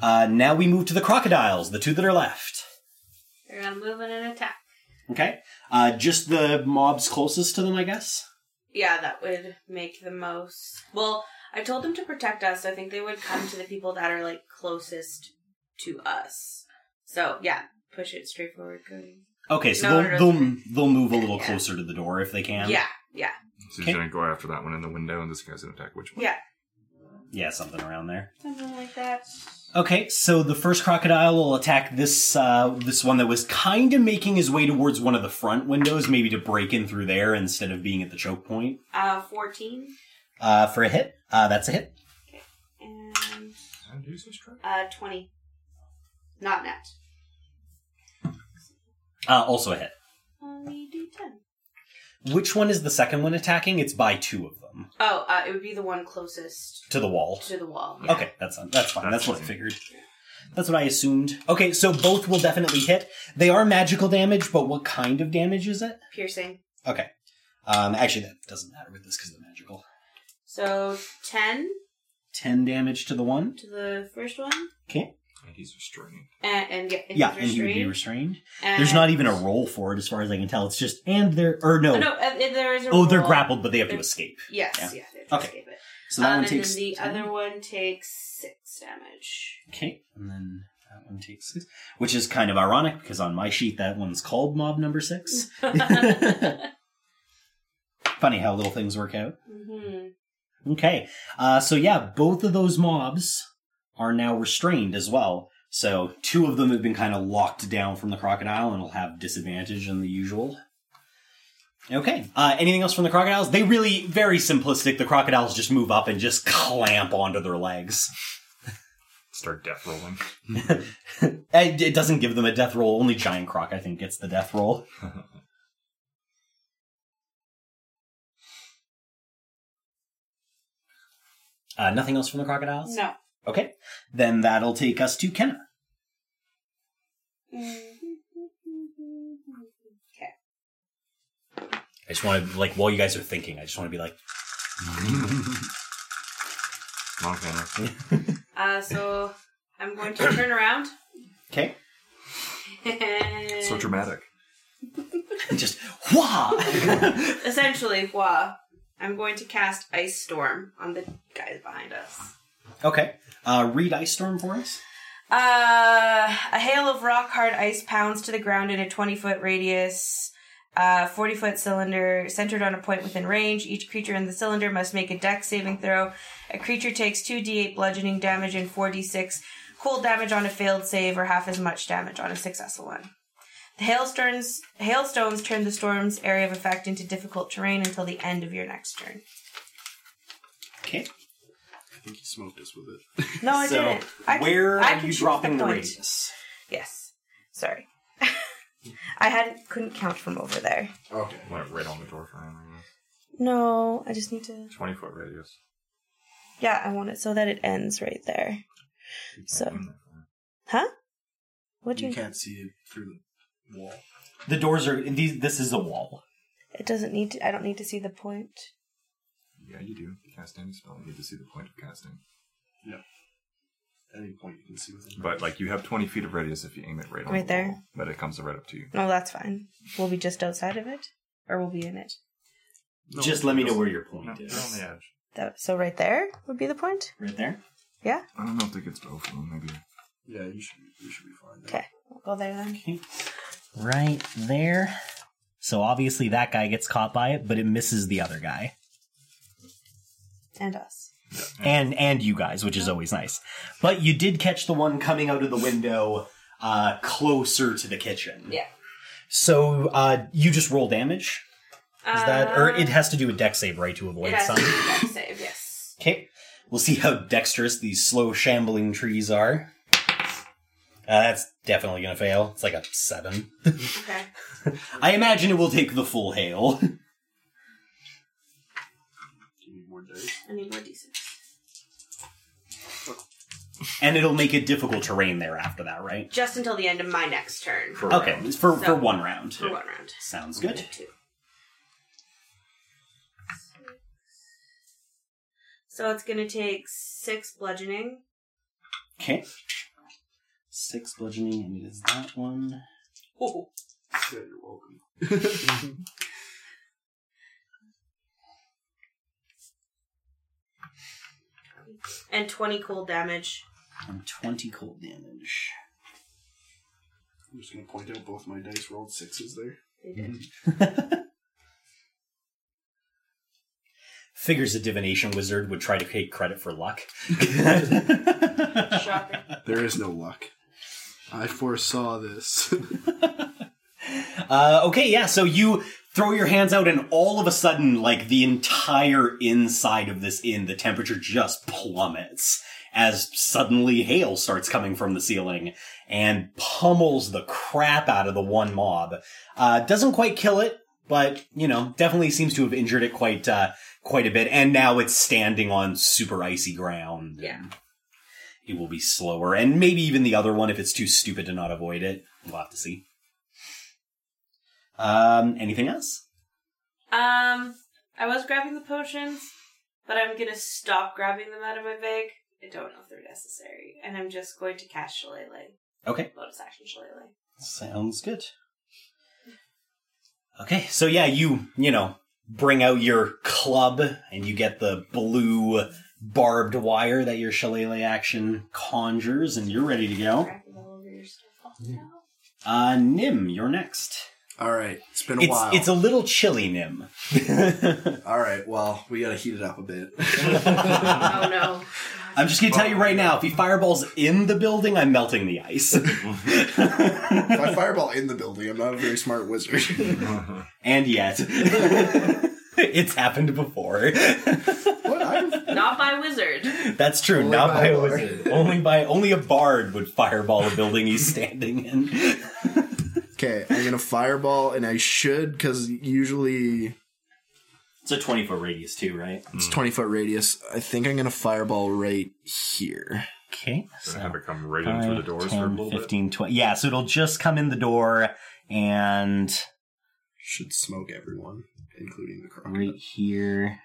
Uh, now we move to the crocodiles, the two that are left. They're gonna move in and attack. Okay. Uh, just the mobs closest to them, I guess. Yeah, that would make the most. Well, I told them to protect us. so I think they would come to the people that are like closest to us. So yeah, push it straight forward. Cody. Okay, so No, they'll, no, no. they'll they'll move a little Yeah. closer to the door if they can. yeah, yeah, So Okay. he's gonna go after that one in the window, and this guy's gonna attack which one? yeah, Yeah, something around there. something like that. Okay, so the first crocodile will attack this uh, this one that was kind of making his way towards one of the front windows, maybe to break in through there instead of being at the choke point. Uh, fourteen Uh, for a hit, uh, that's a hit. and Can I do such crap? uh twenty. Not net. Uh, also a hit. Only do ten. Which one is the second one attacking? It's by two of them Oh, uh, it would be the one closest to the wall. to the wall. yeah. Okay, that's that's fine. That's, That's what I fine. figured. That's what I assumed. Okay, so both will definitely hit. They are magical damage, but what kind of damage is it? Piercing. Okay. Um, actually, that doesn't matter with this because they're magical. So ten 10 damage to the one. to the first one, Okay. And he's restrained. and, and get yeah, and he would be restrained. restrained. And- There's not even a roll for it, as far as I can tell. It's just, and they're, or no. Oh, no, uh, there is a oh, they're roll. grappled, but they have to They're- escape. Yes, yeah, they have to Okay. escape it. So that um, one and takes then the 10. other one takes six damage. Okay, and then that one takes six, which is kind of ironic because on my sheet that one's called mob number six. Funny how little things work out. hmm Okay, uh, so yeah, both of those mobs are now restrained as well. So two of them have been kind of locked down from the crocodile and will have disadvantage than the usual. Okay. Uh, anything else from the crocodiles? They really very simplistic. The crocodiles just move up and just clamp onto their legs. Start death rolling. Mm-hmm. It, it doesn't give them a death roll. Only Giant Croc, I think, gets the death roll. Uh, nothing else from the crocodiles? No. Okay. Then that'll take us to Kenna. Okay. I just want to, like, while you guys are thinking, I just want to be like, Montana. Uh, so I'm going to turn around. okay. And So dramatic. just, wah! Essentially, Hua, I'm going to cast Ice Storm on the guys behind us. okay. Uh, read Ice Storm for us. Uh, a hail of rock hard ice pounds to the ground in a 20 foot radius, uh, 40 foot cylinder centered on a point within range. Each creature in the cylinder must make a dex saving throw. A creature takes 2d8 bludgeoning damage and 4d6 cold damage on a failed save or half as much damage on a successful one. The hailstones, hailstones turn the storm's area of effect into difficult terrain until the end of your next turn. Okay. I think you smoked us with it. No, Oh, I didn't. I can- where I are can you choose dropping the, point. radius? Yes. Sorry. I hadn't couldn't count from over there. Okay. Went right on the door frame. I guess. No, I just need to 20 foot radius. Yeah, I want it so that it ends right there. So Huh? What do You you can't see it through the wall. The doors are these. This is a wall. it doesn't need to I don't need to see the point. Yeah, you do. Cast any spell. You need to see the point of casting. Any point you can see within. But, like, you have 20 feet of radius if you aim it right on Right the there. wall, But it comes right up to you. No, that's fine. We'll be just outside of it. Or we'll be in it. No, just let me know just- where your point No, is. you're on the edge. That, so right there would be the point? Right there? I don't know if that gets to open. Maybe. Yeah, you should you should be fine. Okay. We'll go there then. Right there. So obviously that guy gets caught by it, but it misses the other guy. And us. and and you guys, which is always nice. But you did catch the one coming out of the window uh, closer to the kitchen. Yeah. So uh, you just roll damage. Is that or Um, Uh, it has to do with dex save right to avoid sun? save, yes. Okay. We'll see how dexterous these slow shambling trees are. Uh, that's definitely gonna fail. It's like a seven. Okay. I imagine it will take the full hail. Do you need more dice? I need more decent. and it'll make it difficult terrain there after that, right? Just until the end of my next turn. For Okay. round. For for So- one round. For one round. Sounds good. Two. So it's gonna take six bludgeoning. Okay. Six bludgeoning, and it is that one. Yeah, you're welcome. and 20 cold damage. And 20 cold damage. I'm just gonna point out both my dice rolled sixes there. They did. Figures a divination wizard would try to take credit for luck. Shocker. There is no luck. I foresaw this. Uh, okay, yeah, so you throw your hands out, and all of a sudden, like the entire inside of this inn, the temperature just plummets as suddenly hail starts coming from the ceiling and pummels the crap out of the one mob. Uh, doesn't quite kill it, but you know, definitely seems to have injured it quite uh, quite a bit. And now it's standing on super icy ground. Yeah. It will be slower, and maybe even the other one if it's too stupid to not avoid it. We'll have to see. Um, anything else? Um, I was grabbing the potions, but I'm gonna stop grabbing them out of my bag. I don't know if they're necessary. And I'm just going to cast Shillelagh. Okay. Bonus action Shillelagh. Sounds good. Okay, so yeah, you you know bring out your club and you get the blue barbed wire that your shillelagh action conjures, and you're ready to go. Cracking all over your stuff now. Uh, Nim, you're next. All right, it's been a It's, while. it's a little chilly, Nim. All right, well, we gotta heat it up a bit. oh no. I'm just gonna tell you right now, if he fireballs in the building, I'm melting the ice. if I fireball in the building, I'm not a very smart wizard. and yet, it's happened before. what? I, Not by wizard. That's true. Only not by by, a wizard. wizard. only by only a bard would fireball a building he's standing in. okay, I'm gonna fireball, and I should because usually It's a 20 foot radius, too, right? it's 20 foot radius. I think I'm gonna fireball right here. Okay. Gonna have it come right in through the doors for a little 15, 20. Yeah, so it'll just come in the door and Should smoke everyone, including the crocodile. right here. bit.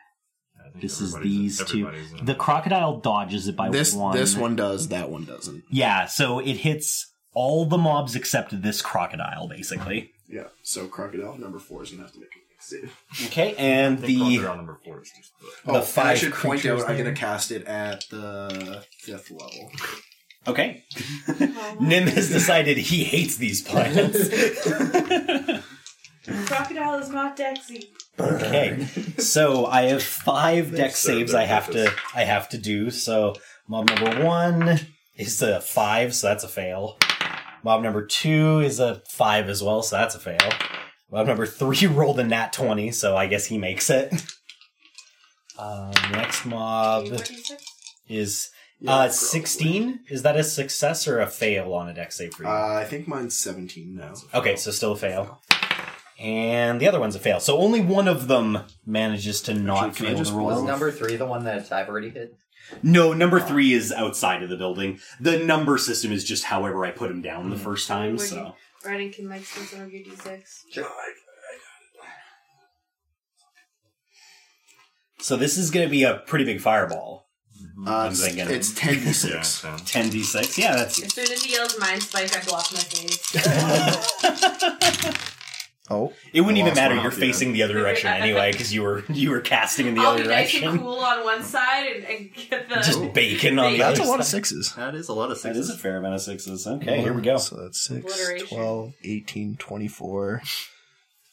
I think This is everybody's- these two. everybody's in. The crocodile dodges it by This one. this one does, that one doesn't. Yeah, so it hits all the mobs except this crocodile, basically. Yeah, so crocodile number four is gonna have to make a save. Okay, and I think the crocodile number four is just the- The and I five should point out creatures I'm there. gonna cast it at the fifth level. okay, Nim has decided he hates these planets. Crocodile is not Dexy. Okay, so I have five deck so saves I have to I have to do. So mob number one is a five, so that's a fail. Mob number two is a five as well, so that's a fail. Mob number three rolled a nat twenty, so I guess he makes it. Um, next mob is uh, probably. sixteen. Is that a success or a fail on a deck save for you? Uh, I think mine's 17 now. Okay, so still a fail. And the other one's a fail. So only one of them manages to not Actually, can I fail just the Was roll. roll? number three the one that I've already hit? No, number three is outside of the building. The number system is just however I put him down Hmm. the first time. Would So Brandon can like spend some of your d6. so this is going to be a pretty big fireball. Uh, I'm thinking. it's 10d6. Yeah, so. 10d6. Yeah, that's As soon as he yells mind spike, I block my face. Oh. It wouldn't I even lost matter. one You're up, yeah. facing the other direction anyway because you were you were casting in the I'll other be nice and direction. cool on one side and, and get the. Just bacon on the That's other. That's a lot of side. sixes. That is a lot of That is a fair amount of sixes. Okay, here we go. So that's 6, Obliteration. 12, 18, 24,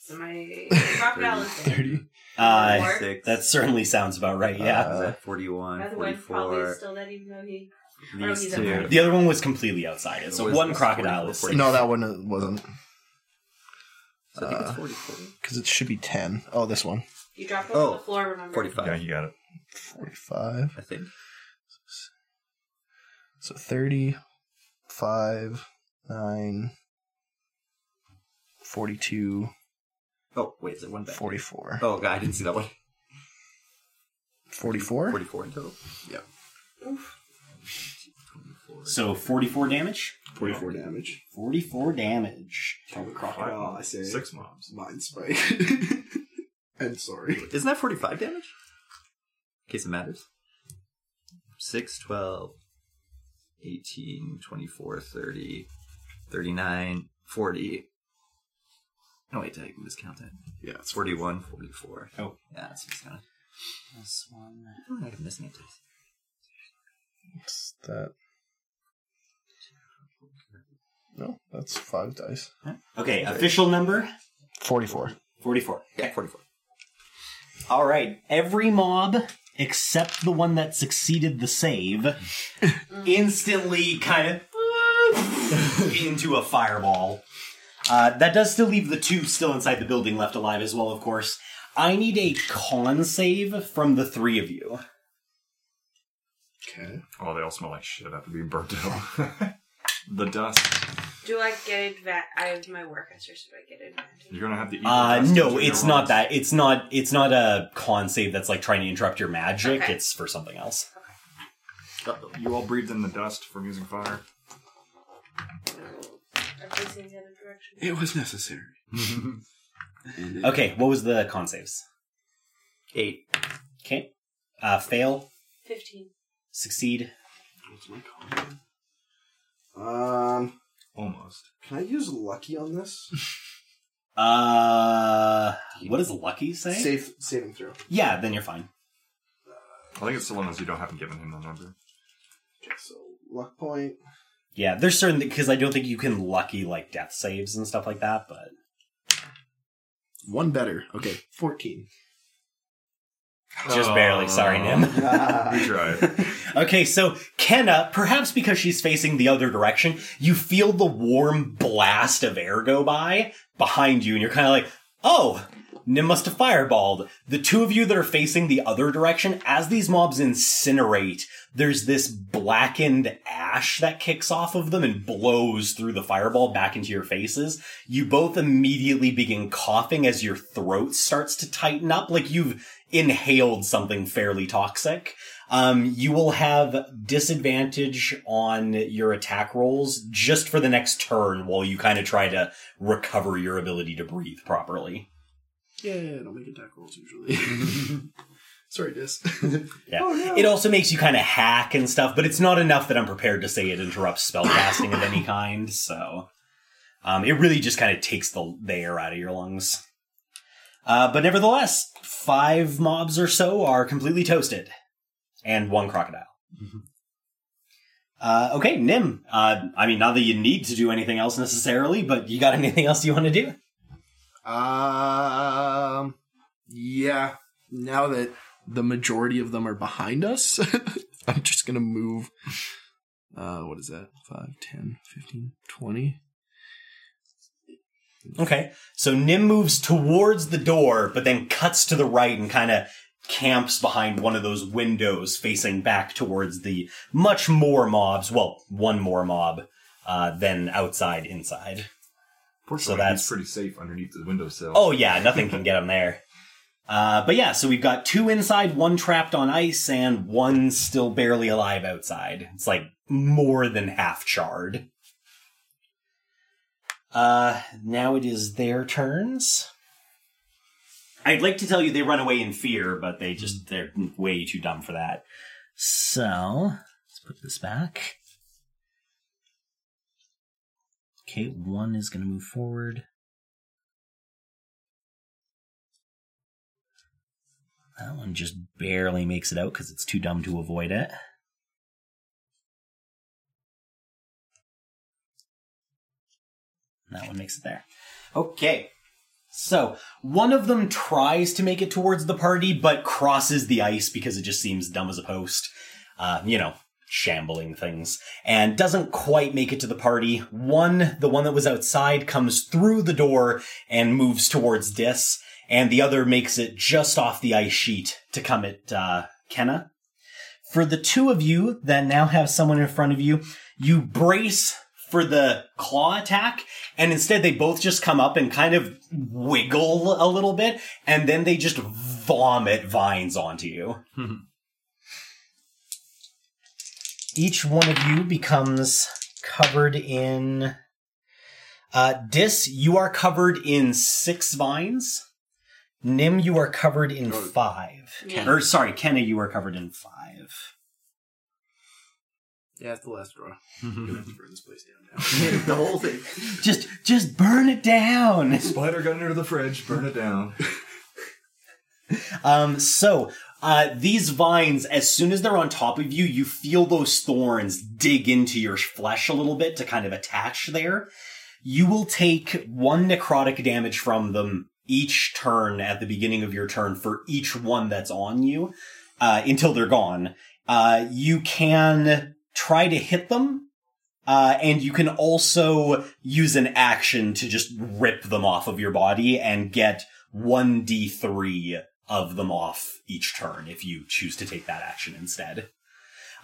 So my crocodile is there. 30. Uh, Six. that certainly sounds about right. Yeah. Is Uh, that 41, The other one probably is 44, still dead, even though he. oh, these he's two. up. The other one was completely outside it, so was- one was crocodile 44, is 44. no, that one uh, wasn't. So I think it's 44. Because it should be 10. Oh, this one. You dropped one on Oh, the floor, remember? 45, Yeah, you got it. 45. I think. So 30, 5, 9, 42, Oh, wait, is it one back? 44. Oh, God, I didn't see that one. 44? 44 in total. So 44 damage? 44 damage. 44 damage. Tell the crocodile Oh, I say. Six mobs. Mind spike. I'm sorry. Isn't that 45 damage? In case it matters. 6, 12, 18, 24, 30, 39, 40. No, Oh, wait, I can discount that. Yeah, It's 41, 44. Oh. Yeah, that's discounted. This one. I feel like I'm missing it. Dice. What's that? No, that's five dice. Okay, official number 44. 44. Yeah, 44. All right, every mob except the one that succeeded the save instantly kind of into a fireball. Uh, that does still leave the two still inside the building left alive as well, of course. I need a con save from the three of you. Okay. Oh, they all smell like shit after being burnt out. the dust. Do I get advantage? I have my work extra, so I get advantage. You're gonna have to eat. the Uh, dust no, into it's your not lungs. that. It's not. It's not a con save that's like trying to interrupt your magic. Okay. It's for something else. You all breathed in the dust from using fire. I'm facing the other direction. It was necessary. Okay, what was the con saves? 8. Okay, uh, fail, 15. succeed. What's my Um, con? Um, Almost. can I use lucky on this? Uh, what does Lucky say? Safe saving throw. Yeah, then you're fine. I think it's the one as you don't haven't given him the number. So luck point. Yeah, there's certain because I don't think you can lucky like death saves and stuff like that. But One better. Okay, fourteen. Just barely, sorry, Nim. We tried. okay, so Kenna, perhaps because she's facing the other direction, you feel the warm blast of air go by behind you, and you're kind of like, oh, Nim must have fireballed. The two of you that are facing the other direction, as these mobs incinerate, there's this blackened ash that kicks off of them and blows through the fireball back into your faces. You both immediately begin coughing as your throat starts to tighten up, like you've inhaled something fairly toxic. Um, you will have disadvantage on your attack rolls just for the next turn while you kind of try to recover your ability to breathe properly. Yeah, I don't make attack rolls usually. Sorry, Dis. Yeah. Oh, no. It also makes you kind of hack and stuff, but it's not enough that I'm prepared to say it interrupts spellcasting of any kind. So, um, it really just kind of takes the, the air out of your lungs. Uh, but nevertheless, five mobs or so are completely toasted, and one crocodile. Mm-hmm. Uh, okay, Nim. Uh, I mean, not that you need to do anything else necessarily, but you got anything else you want to do? Um, yeah. Now that the majority of them are behind us, I'm just gonna move. Uh, what is that? 5, 10, 15, 20. Okay. So Nim moves towards the door, but then cuts to the right and kind of camps behind one of those windows facing back towards the much more mobs. Well, one more mob uh, than outside, inside. Fortunately, that's- he's pretty safe underneath the windowsill. Oh, yeah. Nothing can get him there. Uh, but yeah, so we've got two inside, one trapped on ice, and one still barely alive outside. It's like more than half charred. Uh, now it is their turns. I'd like to tell you they run away in fear, but they just, they're way too dumb for that. So, let's put this back. Okay, one is going to move forward. That one just barely makes it out because it's too dumb to avoid it. That one makes it there. Okay. So, one of them tries to make it towards the party, but crosses the ice because it just seems dumb as a post. Uh, you know, shambling things. And doesn't quite make it to the party. One, the one that was outside, comes through the door and moves towards Dis and the other makes it just off the ice sheet to come at uh, Kenna. For the two of you that now have someone in front of you, you brace for the claw attack, and instead they both just come up and kind of wiggle a little bit, and then they just vomit vines onto you. Each one of you becomes covered in. Uh, Dis, you are covered in six vines. Nim, you are covered in five. Yeah. Or sorry, Kenna, you are covered in five. Yeah, it's the last draw. I'm gonna have to burn this place down now. the whole thing. Just, just burn it down. Spider got into the fridge, burn it down. Um, so uh, these vines, as soon as they're on top of you, you feel those thorns dig into your flesh a little bit to kind of attach there. You will take one necrotic damage from them each turn at the beginning of your turn for each one that's on you uh, until they're gone. Uh, you can try to hit them. Uh, and you can also use an action to just rip them off of your body and get 1d3 of them off each turn if you choose to take that action instead.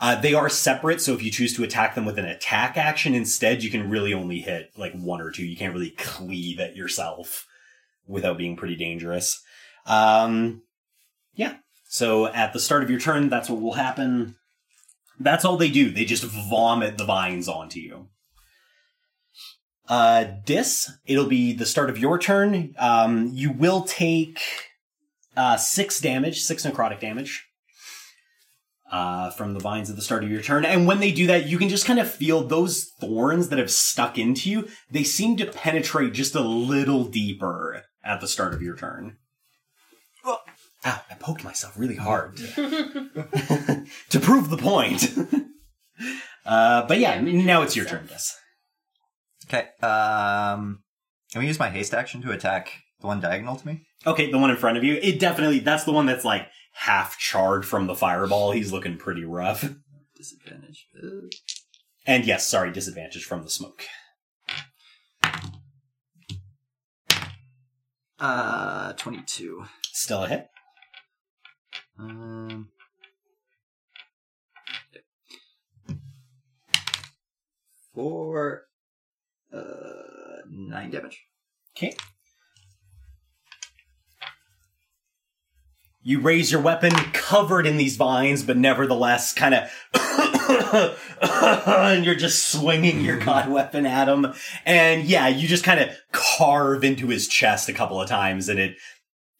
Uh, they are separate, so if you choose to attack them with an attack action instead, you can really only hit like one or two. You can't really cleave at yourself without being pretty dangerous. Um, yeah. So at the start of your turn, that's what will happen. That's all they do. They just vomit the vines onto you. Uh, Dis, it'll be the start of your turn. Um, you will take uh, six damage, six necrotic damage. uh, from the vines at the start of your turn. And when they do that, you can just kind of feel those thorns that have stuck into you. They seem to penetrate just a little deeper at the start of your turn. Oh, Ow, I poked myself really hard to, to prove the point. uh, but yeah, Yeah, I mean, now it's your yourself. turn, Yes. Okay. Um, can we use my haste action to attack the one diagonal to me? Okay, the one in front of you. It definitely, that's the one that's like half charred from the fireball. He's looking pretty rough. Disadvantage. Uh, And yes, sorry, disadvantage from the smoke. Uh, 22. Still a hit. Um, four, uh, nine damage. Okay. You raise your weapon, covered in these vines, but nevertheless, kind of, and you're just swinging your god weapon at him. And yeah, you just kind of carve into his chest a couple of times, and it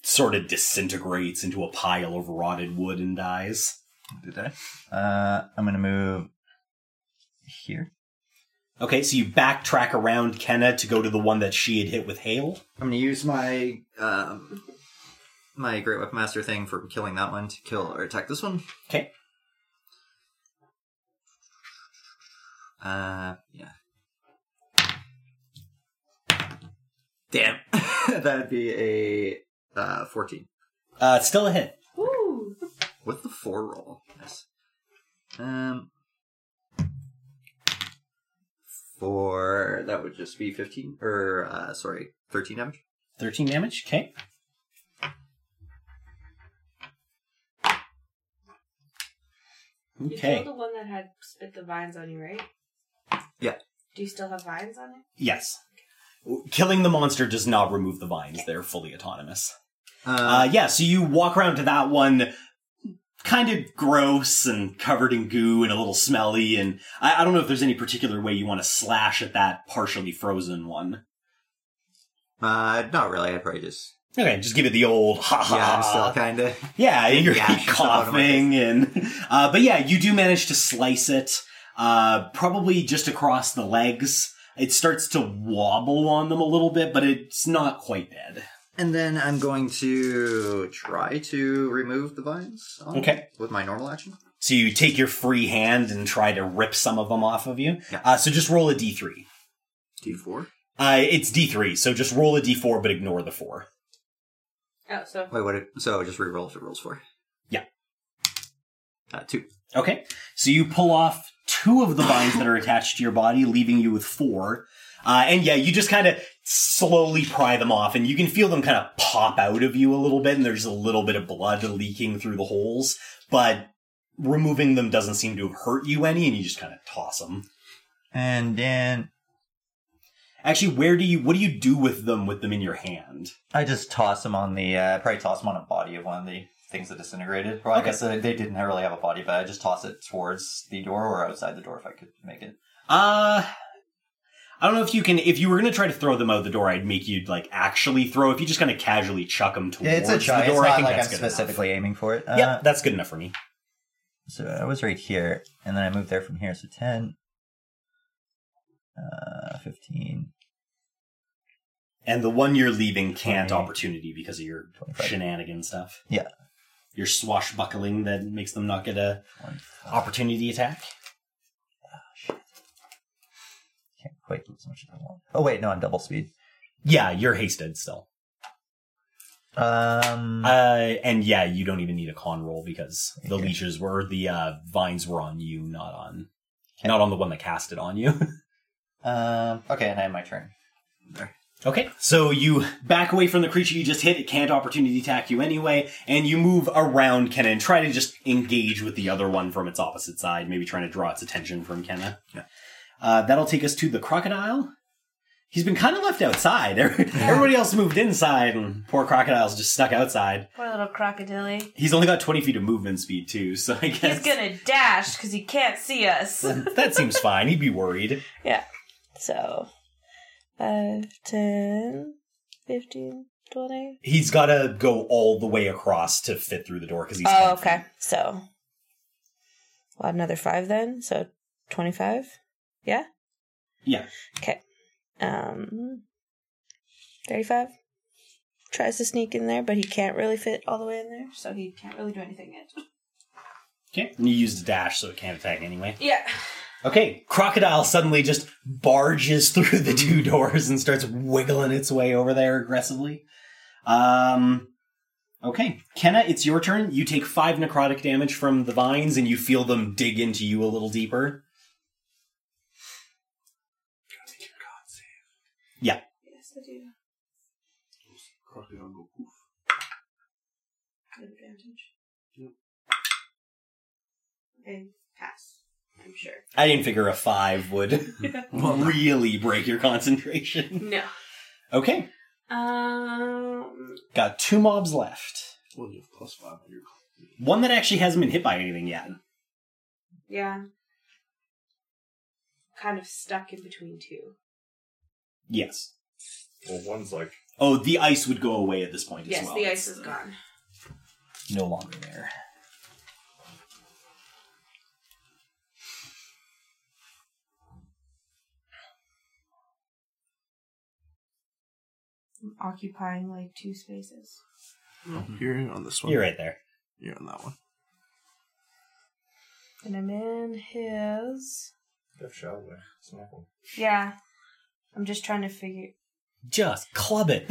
sort of disintegrates into a pile of rotted wood and dies. Did I? Uh, I'm gonna move here. Okay, so you backtrack around Kenna to go to the one that she had hit with hail. I'm gonna use my um my great weapon master thing for killing that one to kill or attack this one. Okay. Uh, yeah. Damn, that'd be a uh fourteen. Uh, it's still a hit. Woo! What's the four roll? Nice. Um, four. That would just be fifteen, or uh, sorry, thirteen damage. 13 damage. Okay. You Okay. killed the one that had spit the vines on you, right? Yeah. Do you still have vines on it? Yes. Killing the monster does not remove the vines. They're fully autonomous. Uh, yeah, so you walk around to that one, kind of gross and covered in goo and a little smelly. And I, I don't know if there's any particular way you want to slash at that partially frozen one. Uh, not really. I probably just Okay, just give it the old ha ha. yeah. I'm still kind of Yeah, and you're Yeah, I should stop out of my coughing and uh, but yeah, you do manage to slice it, uh, probably just across the legs. It starts to wobble on them a little bit, but it's not quite dead. And then I'm going to try to remove the vines. on- Okay. With my normal action. So you take your free hand and try to rip some of them off of you. Yeah. Uh, so just roll a d3. D4. Uh, it's d3, so just roll a d4, but ignore the four. Oh, so Wait, what? It, so just reroll if it rolls four. Yeah. Uh, two. Okay. So you pull off two of the vines that are attached to your body, leaving you with four. Uh, and yeah, you just kind of slowly pry them off, and you can feel them kind of pop out of you a little bit, and there's a little bit of blood leaking through the holes, but removing them doesn't seem to have hurt you any, and you just kind of toss them. And then Actually, where do you, what do you do with them with them in your hand? I just toss them on the. Uh, probably toss them on a body of one of the things that disintegrated. Well, I Okay. guess uh, they, they didn't really have a body, but I just toss it towards the door or outside the door if I could make it. Uh, I don't know if you can. If you were gonna try to throw them out the door, I'd make you like actually throw. If you just kind of casually chuck them towards the door, I think that's good aiming for it. Uh, Enough. yep, that's good enough for me. So I was right here, and then I moved there from here. So 10, uh, 15, And the one you're leaving can't Twenty. opportunity because of your 25. shenanigan stuff. Yeah. your swashbuckling that makes them not get a 25. opportunity attack. Can't quite do as much as I want. Oh, wait, no, I'm double speed. Yeah, you're hasted still. Um, Uh, and yeah, you don't even need a con roll because the Okay. leeches were the uh, vines were on you, not on not on the one that cast it on you. um, okay, and I have my turn. Okay, so you back away from the creature you just hit. It can't opportunity attack you anyway, and you move around Kenna and try to just engage with the other one from its opposite side, maybe trying to draw its attention from Kenna. Yeah. Uh, that'll take us to the crocodile. He's been kind of left outside. Everybody else moved inside, and poor crocodile's just stuck outside. poor little crocodile. He's only got 20 feet of movement speed, too, so I guess He's gonna dash because he can't see us. that seems fine. He'd be worried. So, 5, 10, 15, 20. He's got to go all the way across to fit through the door because he's. Oh, 10 feet. okay. So, Well, another five then, so 25. Yeah? Yeah. Okay. Um, 35. Tries to sneak in there, but he can't really fit all the way in there, so he can't really do anything yet. Okay. And you used a dash, so it can't attack anyway. Yeah. Okay. Crocodile suddenly just barges through the two doors and starts wiggling its way over there aggressively. Um. Okay, Kenna, it's your turn. You take five necrotic damage from the vines, and you feel them dig into you a little deeper. Yes, I do. Crocodile go poof. Good advantage. Okay, pass. I'm sure. I didn't figure a five would really break your concentration. No. Okay, Um. got two mobs left. Well, you have plus five on your con- One that actually hasn't been hit by anything yet. Yeah. Kind of stuck in between two. Yes. Well, one's like Oh, the ice would go away at this point yes, as well. the ice It's, is uh, gone. No longer there. I'm occupying like two spaces. No, You're on this one. You're right there. You're on that one. And I'm in his. Death Shadow. It's an awful. Yeah. I'm just trying to figure. Just club it.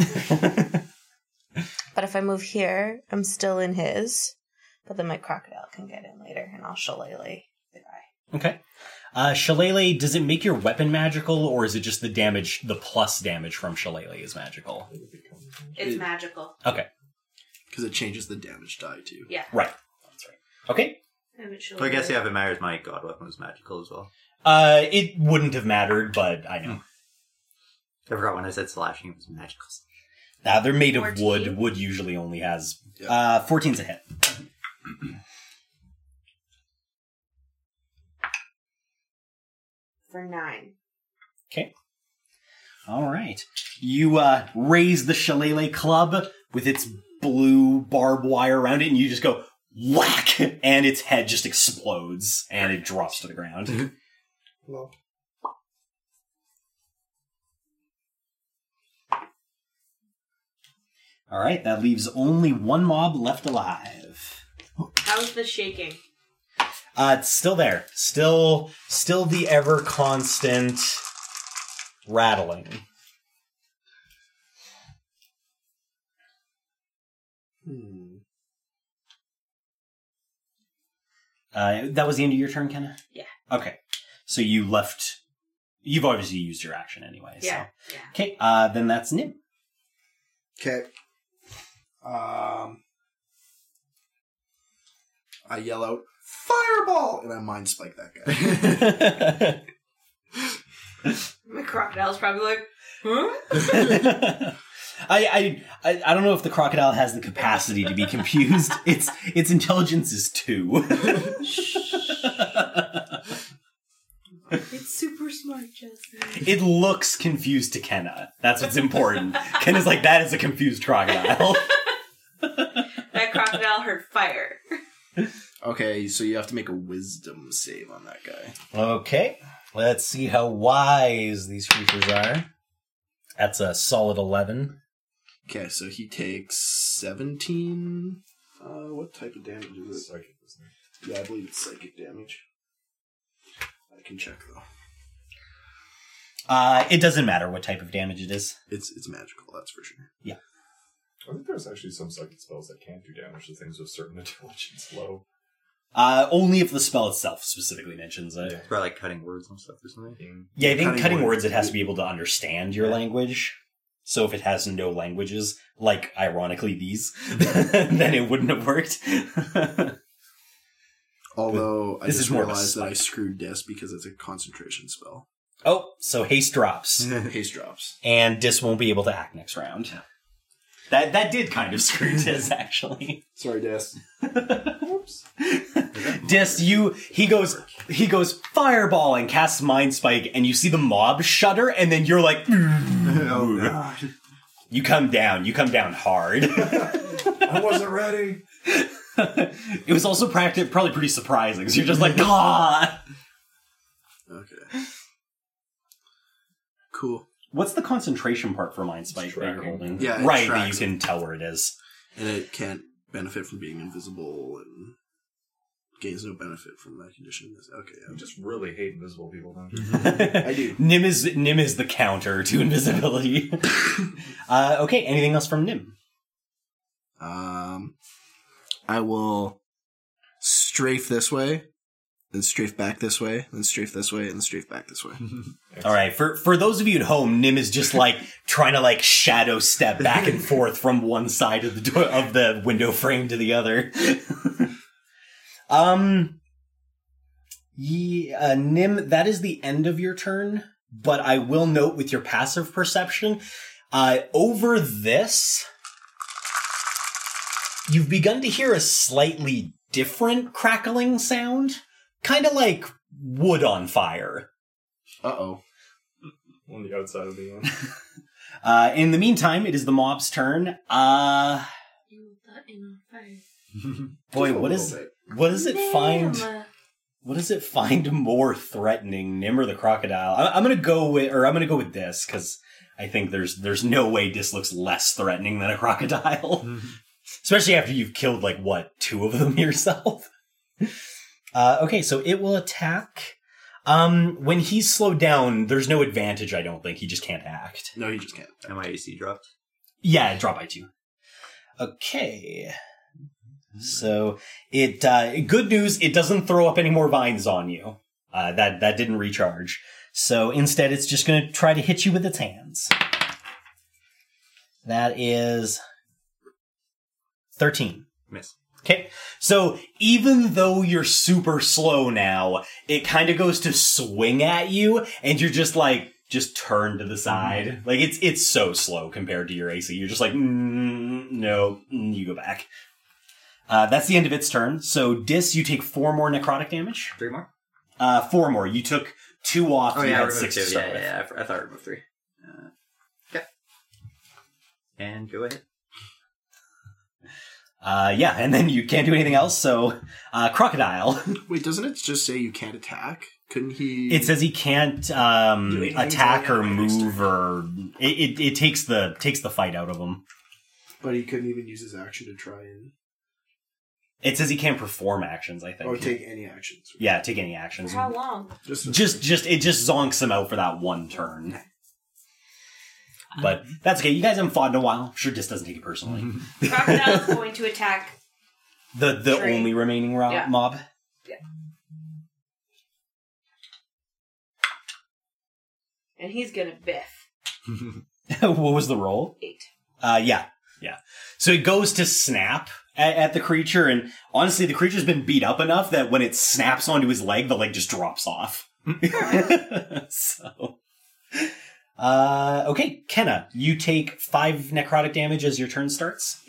But if I move here, I'm still in his. But then my crocodile can get in later, and I'll shillelagh the guy. okay. Uh, Shillelagh, does it make your weapon magical, or is it just the damage, the plus damage from Shillelagh is magical? It's It- magical. Okay, Because it changes the damage die too. Yeah. right. That's right. Okay. haven't So I guess yeah, if it matters, my god weapon was magical as well. Uh, it wouldn't have mattered, but I know. I forgot when I said slashing it was magical. Uh, they're made of wood. 14? Wood usually only has. Yeah. Uh, 14's a hit. For nine. All right. You uh, raise the shillelagh club with its blue barbed wire around it, and you just go whack, and its head just explodes and it drops to the ground. All right, that leaves only one mob left alive. How's the shaking? Uh, it's still there. Still, still the ever constant rattling. Hmm. Uh, that was the end of your turn, Kenna? Yeah. Okay. So you left. You've obviously used your action anyway. Yeah. So. Yeah. Okay. Uh, then that's Nim. Okay. Um, I yell out fireball, and I mind spike that guy. My crocodile's probably like, huh? I, I I I don't know if the crocodile has the capacity to be confused. its its intelligence is two. It's super smart, Justin. it looks confused to Kenna. That's what's important. Kenna's like that is a confused crocodile. That crocodile heard fire. okay, so you have to make a wisdom save on that guy. Okay, let's see how wise these creatures are. That's a solid 11. Okay, so he takes seventeen. Uh, what type of damage is it? Psychic, isn't it? Yeah, I believe it's psychic damage. I can check though. Uh, it doesn't matter what type of damage it is. It's it's magical, that's for sure. I think there's actually some psychic spells that can do damage to things with certain intelligence low. Uh, only if the spell itself specifically mentions it. Yeah, It's probably like cutting words and stuff or something. I think Cutting cutting, word. words, it has to be able to understand your language. So if it has no languages, like ironically these, then it wouldn't have worked. Although I This just is more of a realized that I spike. screwed Dis because it's a concentration spell. oh, so haste drops. Haste drops. and Dis won't be able to act next round. That that did kind of screw Dis actually. Sorry, Dis. Dis, you he goes he goes fireball and casts mind spike, and you see the mob shudder, and then you're like, "Mm, Oh. you come down, you come down hard. I wasn't ready. it was also practic- probably pretty surprising. So you're just like, ah. Okay. Cool. What's the concentration part for mind spike that you're tracking. holding? Yeah, it right. That you tracks. can tell where it is. And it can't benefit from being invisible and gains no benefit from that condition. Okay. You Yeah. just really hate invisible people, don't you? I do. Nim is Nim is the counter to invisibility. uh, okay. Anything else from Nim? Um, I will strafe this way, then strafe back this way, then strafe this way, and strafe back this way. All right. For for those of you at home, Nim is just like trying to like shadow step back and forth from one side of the door of the window frame to the other. um. Yeah, uh, Nim, that is the end of your turn. But I will note with your passive perception, uh, over this, you've begun to hear a slightly different crackling sound, kind of like wood on fire. Uh oh. On the outside of the end. Uh, in the meantime, it is the mob's turn. Uh, boy, what is what does it find? What does it find more threatening, Nim or the crocodile? I, I'm gonna go with, or I'm gonna go with this because I think there's there's no way this looks less threatening than a crocodile, especially after you've killed like what two of them yourself. Uh, okay, so it will attack. Um, when he's slowed down, there's no advantage. I don't think he just can't act. No, he just can't. And my AC dropped. Yeah, drop by two. Okay. So it uh, good news. It doesn't throw up any more vines on you. Uh, that that didn't recharge. So instead, it's just going to try to hit you with its hands. That is thirteen. Miss. Okay. So even though you're super slow now, it kind of goes to swing at you and you're just like, just turn to Mm-hmm. the side. Like it's, it's so slow compared to your AC. You're just like, mm, no, mm, you go back. Uh, that's the end of its turn. So Dis, you take four more necrotic damage. Three more? Uh, four more. You took two off. Oh, you yeah, I had six removed two. to Yeah, start yeah, with. yeah. I f- I thought I removed three. Uh, okay. And go ahead. Uh, yeah. And then you can't do anything else. So, uh, crocodile. Wait, doesn't it just say you can't attack? Couldn't he? It says he can't um, Do anything attack until or the end of next move, or it, it, it takes the takes the fight out of him. but he couldn't even use his action to try and It says he can't perform actions. I think. or take any actions. yeah, take any actions. How long? Just Just just it just zonks him out for that one turn. But that's okay. You guys haven't fought in a while. I'm sure just doesn't take it personally. Crocodile's going to attack. The the Tree. only remaining ro- Yeah. mob. And he's gonna biff. what was the roll? Eight. Uh, yeah, yeah. So it goes to snap at, at the creature, and honestly, the creature's been beat up enough that when it snaps onto his leg, the leg just drops off. so, uh, okay, Kenna, you take five necrotic damage as your turn starts.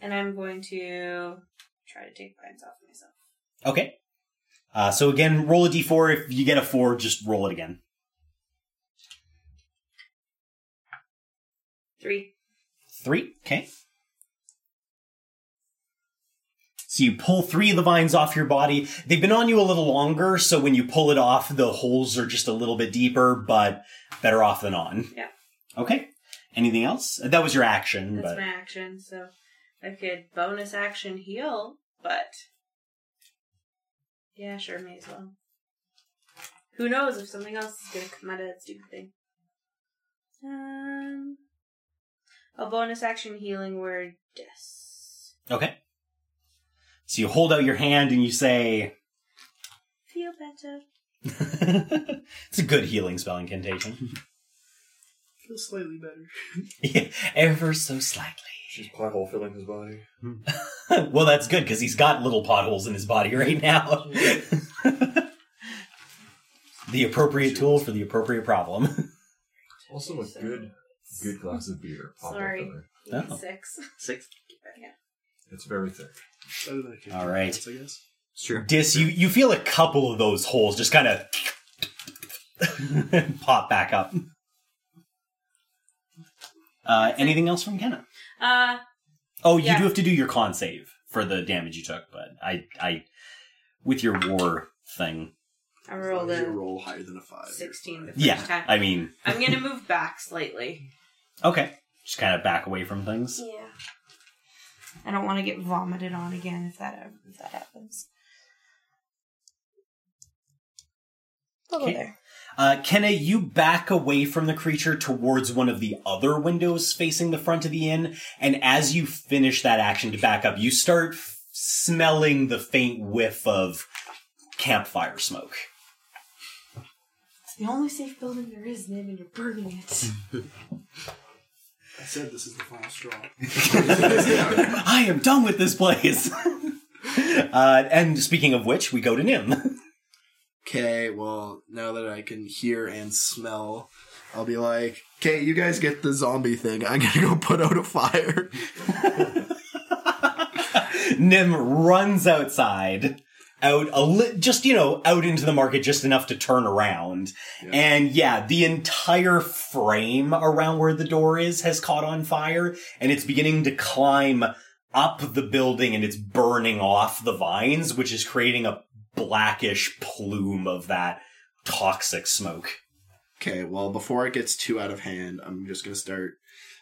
And I'm going to try to take vines off myself. Okay. Uh, so again, roll a d4. If you get a four, just roll it again. Three. Three. Okay. So you pull three of the vines off your body. They've been on you a little longer, so when you pull it off, the holes are just a little bit deeper, but better off than on. Yeah. Okay. Anything else? That was your action, That's but my action. So I could bonus action heal, but yeah, sure, may as well. Who knows if something else is gonna come out of that stupid thing? Um, a bonus action healing word. Yes. okay. So you hold out your hand and you say, Feel better. "It's a good healing spell in contagion." feel slightly better. Yeah, ever so slightly. Just pothole filling his body. well, that's good because he's got little potholes in his body right now. the appropriate tool for the appropriate problem. Also a good, good glass of beer. pothole Sorry. filler. Oh. Six. Six. It's very thick. Better than I could All right. I guess. It's true. Dis, you, you feel a couple of those holes just kind of pop back up. Uh, anything else from Kenna? Uh, Oh, you Yeah. do have to do your con save for the damage you took, but I, I, with your war thing, I As long rolled as you a roll higher than a five. 16 the first yeah. time. I mean, I'm going to move back slightly. okay, just kind of back away from things. Yeah. I don't want to get vomited on again if that if that happens. I'll go Okay. there. Uh, Kenna, you back away from the creature towards one of the other windows facing the front of the inn, and as you finish that action to back up, you start f- smelling the faint whiff of campfire smoke. It's the only safe building there is, Nim, and you're burning it. I said this is the final straw. I am done with this place. uh, and speaking of which, we go to Nim. Okay, well, now that I can hear and smell, I'll be like, okay, you guys get the zombie thing. I'm gonna go put out a fire. Nim runs outside, out a li- just you know out into the market just enough to turn around, and yeah, the entire frame around where the door is has caught on fire, and it's beginning to climb up the building, and it's burning off the vines, which is creating a blackish plume of that toxic smoke. Okay, well, before it gets too out of hand, I'm just gonna start.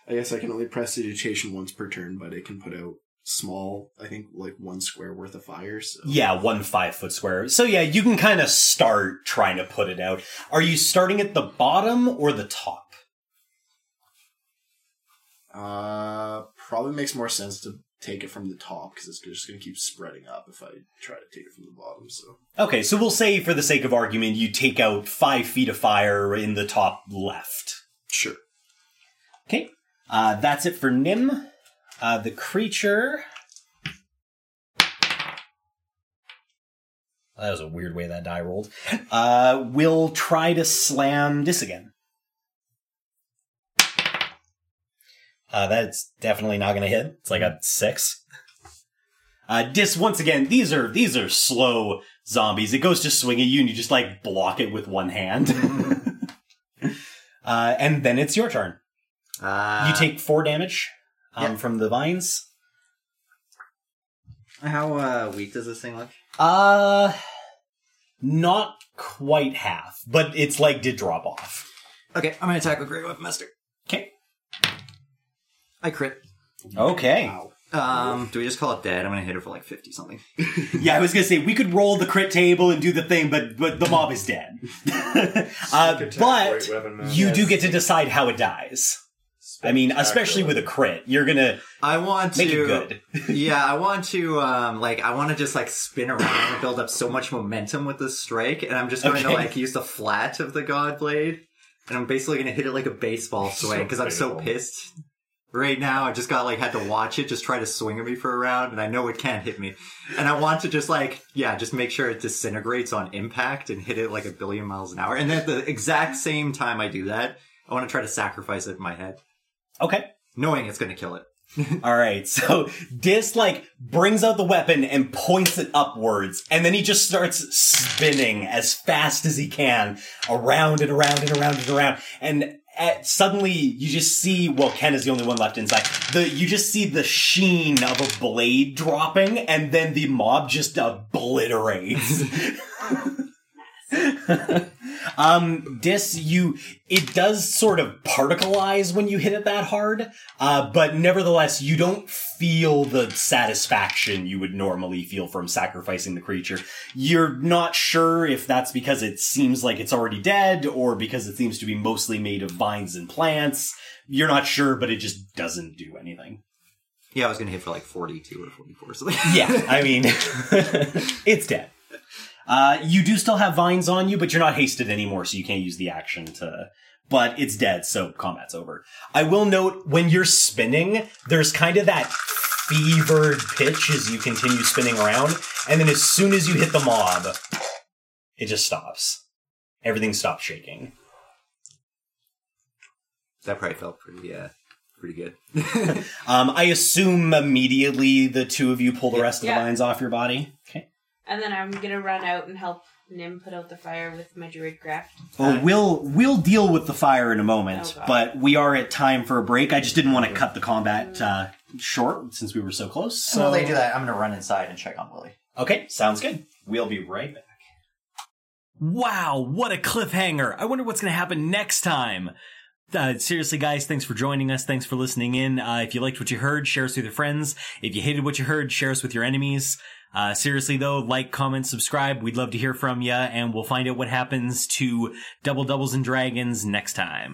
I guess I can only press digitation once per turn, but it can put out small, I think, like one square worth of fire. So. Yeah, one five foot square. So yeah, you can kind of start trying to put it out. Are you starting at the bottom or the top? Uh, probably makes more sense to take it from the top because it's just gonna keep spreading up if I try to take it from the bottom. So Okay, so we'll say for the sake of argument, you take out five feet of fire in the top left. sure. Okay, uh, that's it for Nim. Uh, the creature. That was a weird way that die rolled. Uh, will try to slam this again. Uh, that's definitely not gonna hit. It's like a six. Uh, dis once again. These are these are slow zombies. It goes to swing at you, and you just like block it with one hand. uh, and then it's your turn. Uh, You take four damage um, yeah. from the vines. How uh, weak does this thing look? Uh, not quite half, but its leg did drop off. Okay, I'm gonna attack with Great Weapon Master. Okay. I crit. Okay. Um, do we just call it dead? I'm gonna hit her for like 50 something. Yeah, I was gonna say we could roll the crit table and do the thing, but but the mob is dead. uh, attack, but great weapon, man. you do Yes. get to decide how it dies. I mean, especially with a crit, you're gonna I want make to. it good. yeah, I want to um like I want to just like spin around and build up so much momentum with this strike, and I'm just going to Okay. like use the flat of the god blade, and I'm basically going to hit it like a baseball swing because I'm so painful. pissed right now. I just got like had to watch it just try to swing at me for a round, and I know it can't hit me, and I want to just like yeah, just make sure it disintegrates on impact and hit it like a billion miles an hour, and then at the exact same time I do that, I want to try to sacrifice it in my head, Okay. knowing it's going to kill it. All right, so Dis like brings out the weapon and points it upwards, and then he just starts spinning as fast as he can around and around and around and around. And at, suddenly, you just see well, Ken is the only one left inside. The you just see the sheen of a blade dropping, and then the mob just obliterates. um, Dis, you it does sort of particleize when you hit it that hard, uh, but nevertheless, you don't feel the satisfaction you would normally feel from sacrificing the creature. You're not sure if that's because it seems like it's already dead or because it seems to be mostly made of vines and plants. You're not sure, but it just doesn't do anything. Yeah, I was going to hit for like 42 or 44 or something. Yeah, I mean, it's dead. Uh, you do still have vines on you, but you're not hasted anymore, so you can't use the action to. But it's dead, so combat's over. I will note when you're spinning, there's kind of that fevered pitch as you continue spinning around, and then as soon as you hit the mob, it just stops. Everything stops shaking. That probably felt pretty, uh, pretty good. Um, I assume immediately the two of you pull the rest of Yeah. the vines off your body. Okay. And then I'm going to run out and help Nim put out the fire with my druid craft. Well, we'll we'll deal with the fire in a moment, Oh, God. but we are at time for a break. I just didn't want to cut the combat uh, short since we were so close. So So while they do that, I'm gonna run inside and check on Willie. Okay, sounds good. We'll be right back. Wow, what a cliffhanger. I wonder what's going to happen next time. Uh, seriously, guys, thanks for joining us. Thanks for listening in. Uh, if you liked what you heard, share us with your friends. If you hated what you heard, share us with your enemies. Uh, seriously, though, like, comment, subscribe. We'd love to hear from you, and we'll find out what happens to Double Doubles and Dragons next time.